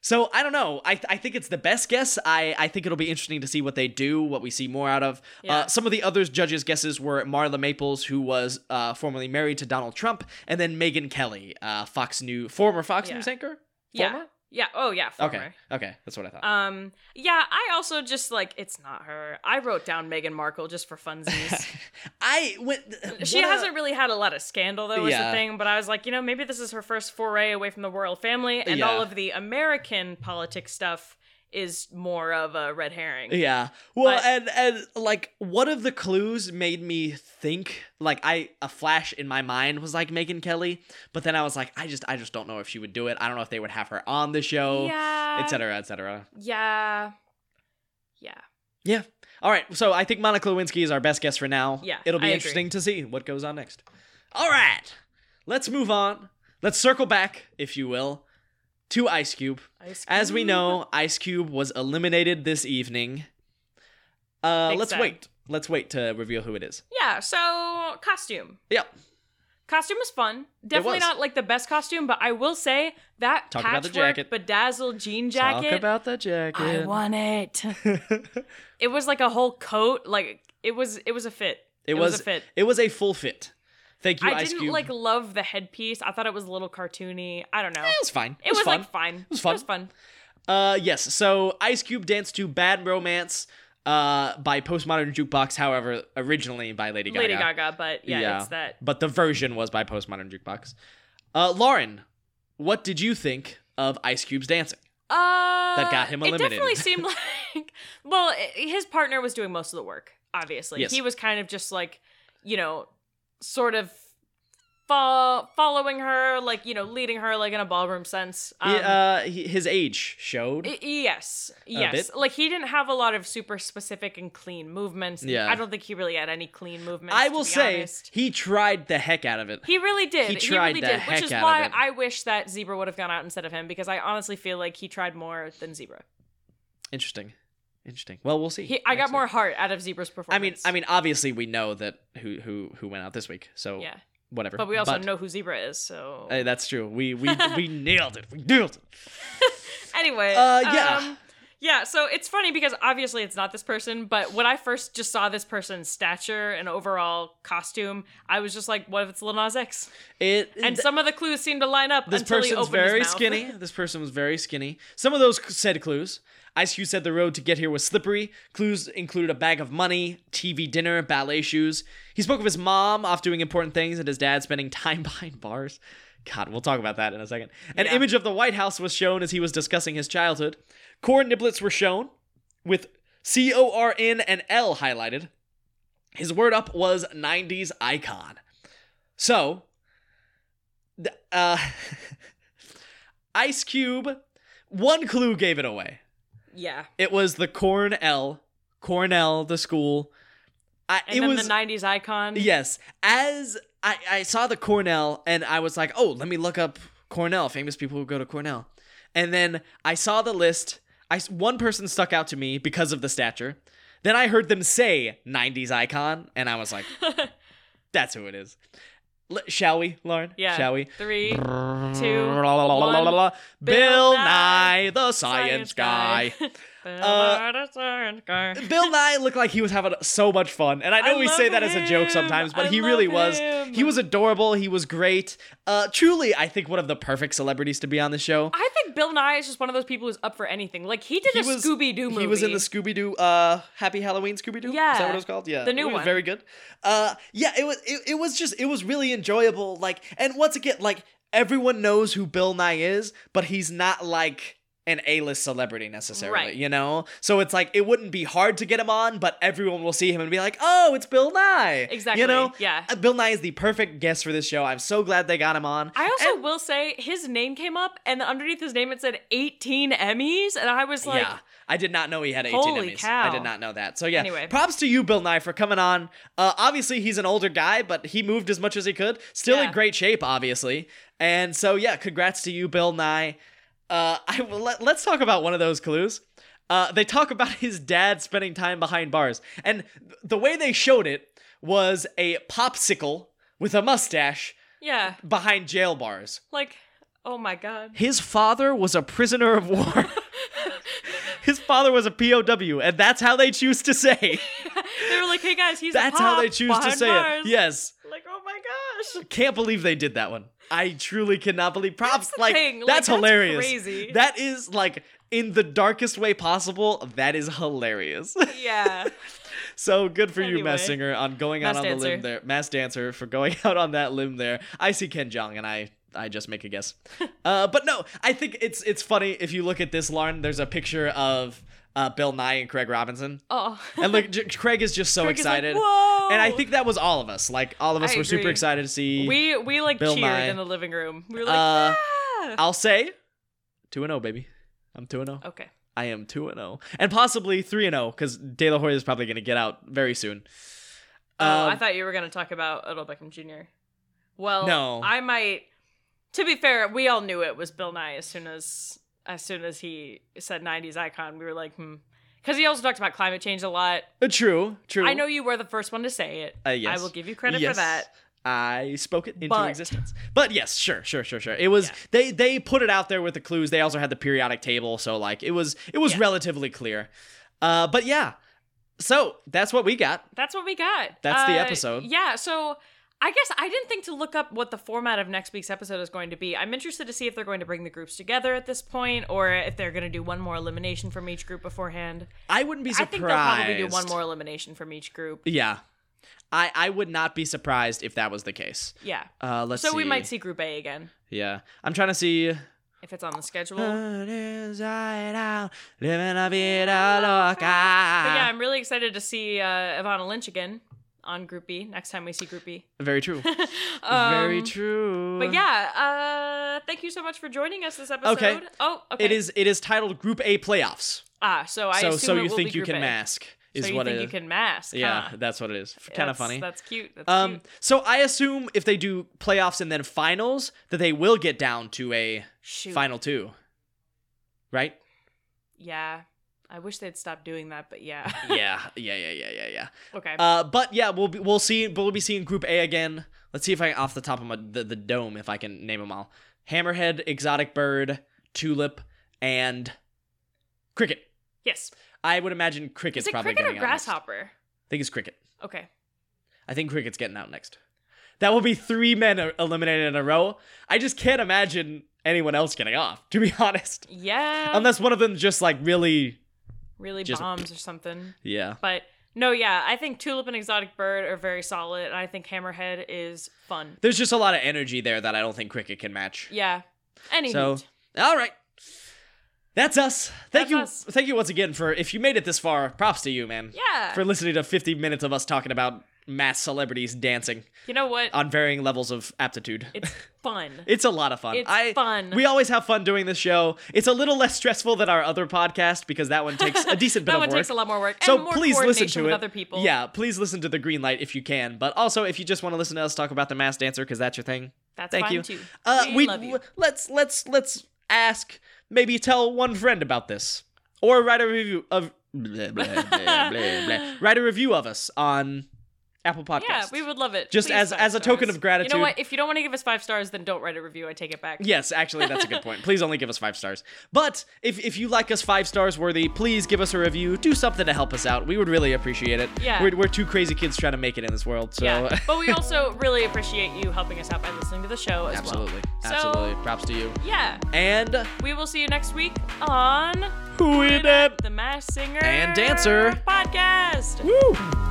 A: So I don't know. I, th- I think it's the best guess. I, I think it'll be interesting to see what they do, what we see more out of.
B: Yeah.
A: Uh, some of the other judges' guesses were Marla Maples, who was uh, formerly married to Donald Trump, and then Megan Kelly, uh, Fox News former Fox
B: Yeah.
A: News anchor.
B: Yeah.
A: Former?
B: Yeah. Oh yeah. Former.
A: Okay. Okay. That's what I thought.
B: Um. Yeah. I also just like it's not her. I wrote down Meghan Markle just for funsies.
A: I went.
B: She
A: what a-
B: hasn't really had a lot of scandal though, is
A: Yeah.
B: the thing. But I was like, you know, maybe this is her first foray away from the royal family, and
A: Yeah.
B: all of the American politics stuff is more of a red herring.
A: Yeah. Well,
B: But-
A: and and like one of the clues made me think like I a flash in my mind was like Megan Kelly, but then I was like I just I just don't know if she would do it. I don't know if they would have her on the show,
B: yeah.
A: et cetera, et cetera.
B: Yeah. Yeah.
A: All right, so I think Monica Lewinsky is our best guess for now.
B: Yeah,
A: it'll be
B: I agree.
A: interesting to see what goes on next. All right, let's move on. Let's circle back, if you will, to Ice Cube.
B: Ice
A: As we
B: Cube.
A: know, Ice Cube was eliminated this evening. Uh,
B: Big
A: let's
B: sad.
A: wait. Let's wait to reveal who it is.
B: Yeah. So costume.
A: Yep.
B: Costume was fun. Definitely
A: was.
B: not like the best costume, but I will say that
A: Talk about
B: patchwork
A: the jacket.
B: bedazzled jean jacket.
A: Talk about the jacket.
B: I want it. it was like a whole coat. Like it was. It was a fit.
A: it
B: was,
A: was,
B: a fit.
A: It was a full fit. Thank you,
B: I
A: Ice
B: didn't
A: Cube.
B: like love the headpiece. I thought it was a little cartoony. I don't know.
A: Eh, it was fine. It,
B: It was
A: fun.
B: like fine. It
A: was fun.
B: It was fun.
A: uh, yes. So Ice Cube danced to "Bad Romance" uh, by Postmodern Jukebox. However, originally by Lady Gaga.
B: Lady Gaga, but yeah,
A: Yeah.
B: it's that.
A: But the version was by Postmodern Jukebox. Uh, Lauren, what did you think of Ice Cube's dancing?
B: Uh,
A: got him
B: It definitely
A: eliminated.
B: seemed like. Well, i his partner was doing most of the work. Obviously,
A: Yes.
B: he was kind of just like, you know, sort of fo- following her, like you know, leading her like in a ballroom sense. Um,
A: He, uh, he- his age showed.
B: I- yes. Yes.
A: bit.
B: Like he didn't have a lot of super specific and clean movements.
A: Yeah.
B: I don't think he really had any clean movements.
A: I
B: to
A: will
B: be
A: say
B: honest.
A: he tried the heck out of it.
B: He really did.
A: He
B: He,
A: tried
B: really
A: the
B: did,
A: heck
B: which is
A: out of
B: why
A: it.
B: I wish that Zebra would have gone out instead of him because I honestly feel like he tried more than Zebra.
A: Interesting. Interesting. Well, we'll see.
B: He, I
A: next
B: got
A: week.
B: more heart out of Zebra's
A: I
B: performance.
A: mean, I mean, obviously we know that who who who went out this week. So
B: yeah,
A: whatever. uh,
B: but we also know who Zebra is. So
A: Hey, that's true. We we we nailed it. We nailed it.
B: anyway,
A: Uh, yeah.
B: um, Yeah, so it's funny because obviously it's not this person, but when I first just saw this person's stature and overall costume, I was just like, what if it's Lil Nas X?
A: It
B: And some of the clues seem to line up
A: this
B: until he
A: person's
B: opened
A: very
B: his mouth.
A: skinny. This person was very skinny. Some of those c- said clues. Ice Cube said the road to get here was slippery. Clues included a bag of money, TV dinner, ballet shoes. He spoke of his mom off doing important things and his dad spending time behind bars. God, we'll talk about that in a second. An
B: Yeah.
A: image of the White House was shown as he was discussing his childhood. Corn niblets were shown with C O R N and L highlighted. His word up was 90s icon. So, th- uh, Ice Cube, one clue gave it away.
B: yeah.
A: It was the Cornell, Cornell, the school. I,
B: And
A: it
B: then
A: was
B: the 90s icon.
A: yes. As I, I saw the Cornell, and I was like, oh, let me look up Cornell, famous people who go to Cornell. And then I saw the list. I s- one person stuck out to me because of the stature. Then I heard them say '90s icon, and I was like, that's who it is. L- shall we, Lauren?
B: Yeah.
A: Shall we?
B: Three.
A: Bill,
B: Bill
A: Nye,
B: Nye,
A: the science, guy. Uh,
B: uh, science guy.
A: Bill Nye looked like he was having so much fun, and I know
B: I
A: we say
B: love
A: that as a joke
B: him.
A: sometimes, but
B: I
A: he really
B: love
A: was.
B: him.
A: He was adorable. He was great. Uh, truly, I think one of the perfect celebrities to be on the show.
B: I think Bill Nye is just one of those people who's up for anything. Like he did
A: He
B: a
A: was-
B: Scooby Doo movie.
A: He was in the Scooby Doo, uh, Happy Halloween Scooby Doo. is that
B: Yeah.
A: what it was called? Yeah,
B: The new
A: it was
B: one.
A: Very good. Uh, yeah, it was. It, it was just. It was really enjoyable. Like, and once again, like everyone knows who Bill Nye is, but he's not like an A-list celebrity necessarily.
B: Right.
A: You know, so it's like it wouldn't be hard to get him on, but everyone will see him and be like, "Oh, it's Bill Nye."
B: exactly.
A: You know.
B: yeah.
A: Uh, Bill Nye is the perfect guest for this show. I'm so glad they got him on.
B: I also
A: And-
B: will say his name came up, and underneath his name it said 18 Emmys, and I was like,
A: yeah. I did not know he had 18
B: Holy
A: Emmys. I
B: cow.
A: did not know that. So yeah,
B: Anyway.
A: props to you, Bill Nye, for coming on. Uh, obviously, he's an older guy, but he moved as much as he could. Still in
B: Yeah.
A: great shape, obviously. And so yeah, congrats to you, Bill Nye. Uh, I will let, let's talk about one of those clues. Uh, they talk about his dad spending time behind bars, and th- the way they showed it was a popsicle with a mustache
B: yeah,
A: behind jail bars.
B: like, oh my god.
A: His father was a prisoner of war. His father was a POW, and that's how they choose to say.
B: They were like, hey guys, he's a
A: That's how
B: pop
A: they choose to
B: behind
A: say
B: bars.
A: it. Yes.
B: Like, oh my gosh.
A: Can't believe they did that one. I truly cannot believe props
B: That's the
A: like,
B: thing, like,
A: that's,
B: that's
A: hilarious.
B: crazy.
A: That is like in the darkest way possible, that is hilarious.
B: Yeah.
A: so good for you, Mass
B: Anyway.
A: Singer, on going out
B: Mass
A: on the limb
B: Dancer.
A: there. Mass Dancer for going out on that limb there. I see Ken Jong and I I just make a guess. uh, but no, I think it's it's funny if you look at this, Lauren, there's a picture of uh, Bill Nye and Craig Robinson.
B: Oh.
A: And look, J- Craig is just so
B: Craig is like,
A: excited.
B: "Whoa!"
A: And I think that was all of us. Like all of us
B: I
A: were super
B: agree.
A: excited to see.
B: we we like
A: Bill
B: cheered
A: Nye.
B: in the living room. We were like,
A: Uh,
B: "Yeah!"
A: I'll say 2 and 0 baby. I'm 2 and 0.
B: okay.
A: I am 2 and 0. And possibly 3 and 0 cuz De La Hoya is probably going to get out very soon.
B: Oh, I
A: Um,
B: thought you were gonna talk about Odell Beckham Jr. Well,
A: No.
B: I might. To be fair, we all knew it was Bill Nye as soon as as soon as he said '90s icon. We were like, hmm, because he also talked about climate change a lot.
A: Uh, true, true.
B: I know you were the first one to say it.
A: Uh, yes.
B: I will give you credit
A: Yes.
B: for that.
A: I spoke it into
B: But-
A: existence. But yes, sure, sure, sure, sure. It was
B: Yeah.
A: they they put it out there with the clues. They also had the periodic table, so like it was it was
B: Yeah.
A: relatively clear. Uh but yeah. So, that's what we got.
B: That's what we got. Uh,
A: That's the episode.
B: Yeah. So I guess I didn't think to look up what the format of next week's episode is going to be. I'm interested to see if they're going to bring the groups together at this point, or if they're going to do one more elimination from each group beforehand.
A: I wouldn't be surprised.
B: I think they'll probably do one more elimination from each group.
A: Yeah. I, I would not be surprised if that was the case.
B: Yeah.
A: Uh, let's
B: so
A: see.
B: we might see Group A again
A: Yeah, I'm trying to see.
B: if it's on the schedule.
A: Uh, Inside out, living a vida
B: but yeah,
A: loca.
B: I'm really excited to see uh, Ivana Lynch again on Group B next time we see Group B.
A: Very true.
B: Um,
A: Very true.
B: But yeah, uh, thank you so much for joining us this episode.
A: Okay.
B: Oh, okay.
A: it is. It is titled Group A playoffs.
B: Ah, so I
A: so
B: assume
A: so
B: it
A: you
B: will
A: think
B: be
A: you can
B: Group A.
A: mask is
B: so you
A: what
B: think
A: it
B: you
A: is.
B: can mask?
A: yeah,
B: huh?
A: that's what it is. Kind of
B: That's-
A: funny.
B: That's cute. That's
A: Um,
B: cute.
A: so I assume if they do playoffs and then finals, that they will get down to a
B: Shoot.
A: final two, right?
B: Yeah. I wish they'd stop doing that, but yeah.
A: yeah, yeah, yeah, yeah, yeah, yeah.
B: okay.
A: Uh, but yeah, we'll be, we'll see. But we'll be seeing Group A again. Let's see if I off the top of my the, the dome if I can name them all: Hammerhead, Exotic Bird, Tulip, and Cricket.
B: Yes.
A: I would imagine cricket's
B: Is it
A: probably
B: cricket or
A: getting out next.
B: grasshopper?
A: I think it's cricket.
B: Okay.
A: I think cricket's getting out next. That will be three men er- eliminated in a row. I just can't imagine anyone else getting off, to be honest.
B: Yeah.
A: Unless one of them just like really,
B: really
A: just-
B: bombs or something.
A: yeah.
B: But no, yeah, I think Tulip and Exotic Bird are very solid, and I think Hammerhead is fun.
A: There's just a lot of energy there that I don't think cricket can match.
B: Yeah. Anywho.
A: So, all right. That's us. Thank
B: That's
A: you.
B: us.
A: Thank you once again for if you made it this far, props to you, man.
B: yeah.
A: For listening to 50 minutes of us talking about mass celebrities dancing
B: you know what?
A: on varying levels of aptitude.
B: it's fun.
A: It's a lot of fun.
B: It's
A: I,
B: fun.
A: We always have fun doing this show. It's a little less stressful than our other podcast because that one takes a decent bit
B: that
A: of
B: one
A: work.
B: takes a lot more work.
A: so
B: and more
A: please listen
B: coordination
A: to
B: with
A: it.
B: other people.
A: Yeah, please listen to the green light if you can. But also, if you just want to listen to us talk about the mass dancer because that's your thing,
B: That's
A: thank
B: fine
A: you.
B: too.
A: Uh,
B: we,
A: we
B: love you.
A: w- let's let's let's ask. Maybe tell one friend about this, or write a review of blah, blah, blah, blah, blah. write a review of us on Apple Podcasts.
B: Yeah, we would love it.
A: Just
B: Please,
A: as-
B: five
A: as a token
B: stars.
A: of gratitude.
B: You know what? If you don't want to give us five stars, then don't write a review. I take it back.
A: Yes, actually, that's a good point. Please only give us five stars. But if, if you like us five stars worthy, please give us a review. Do something to help us out. We would really appreciate it.
B: Yeah.
A: We're, we're two crazy kids trying to make it in this world. So,
B: Yeah. but we also really appreciate you helping us out by listening to the show as
A: absolutely.
B: So-
A: Absolutely. Props to you.
B: well. Yeah.
A: And
B: We will see you next week on
A: who
B: Who
A: we
B: Dat?
A: did.
B: the Mass Singer
A: And Dancer.
B: podcast.
A: Woo!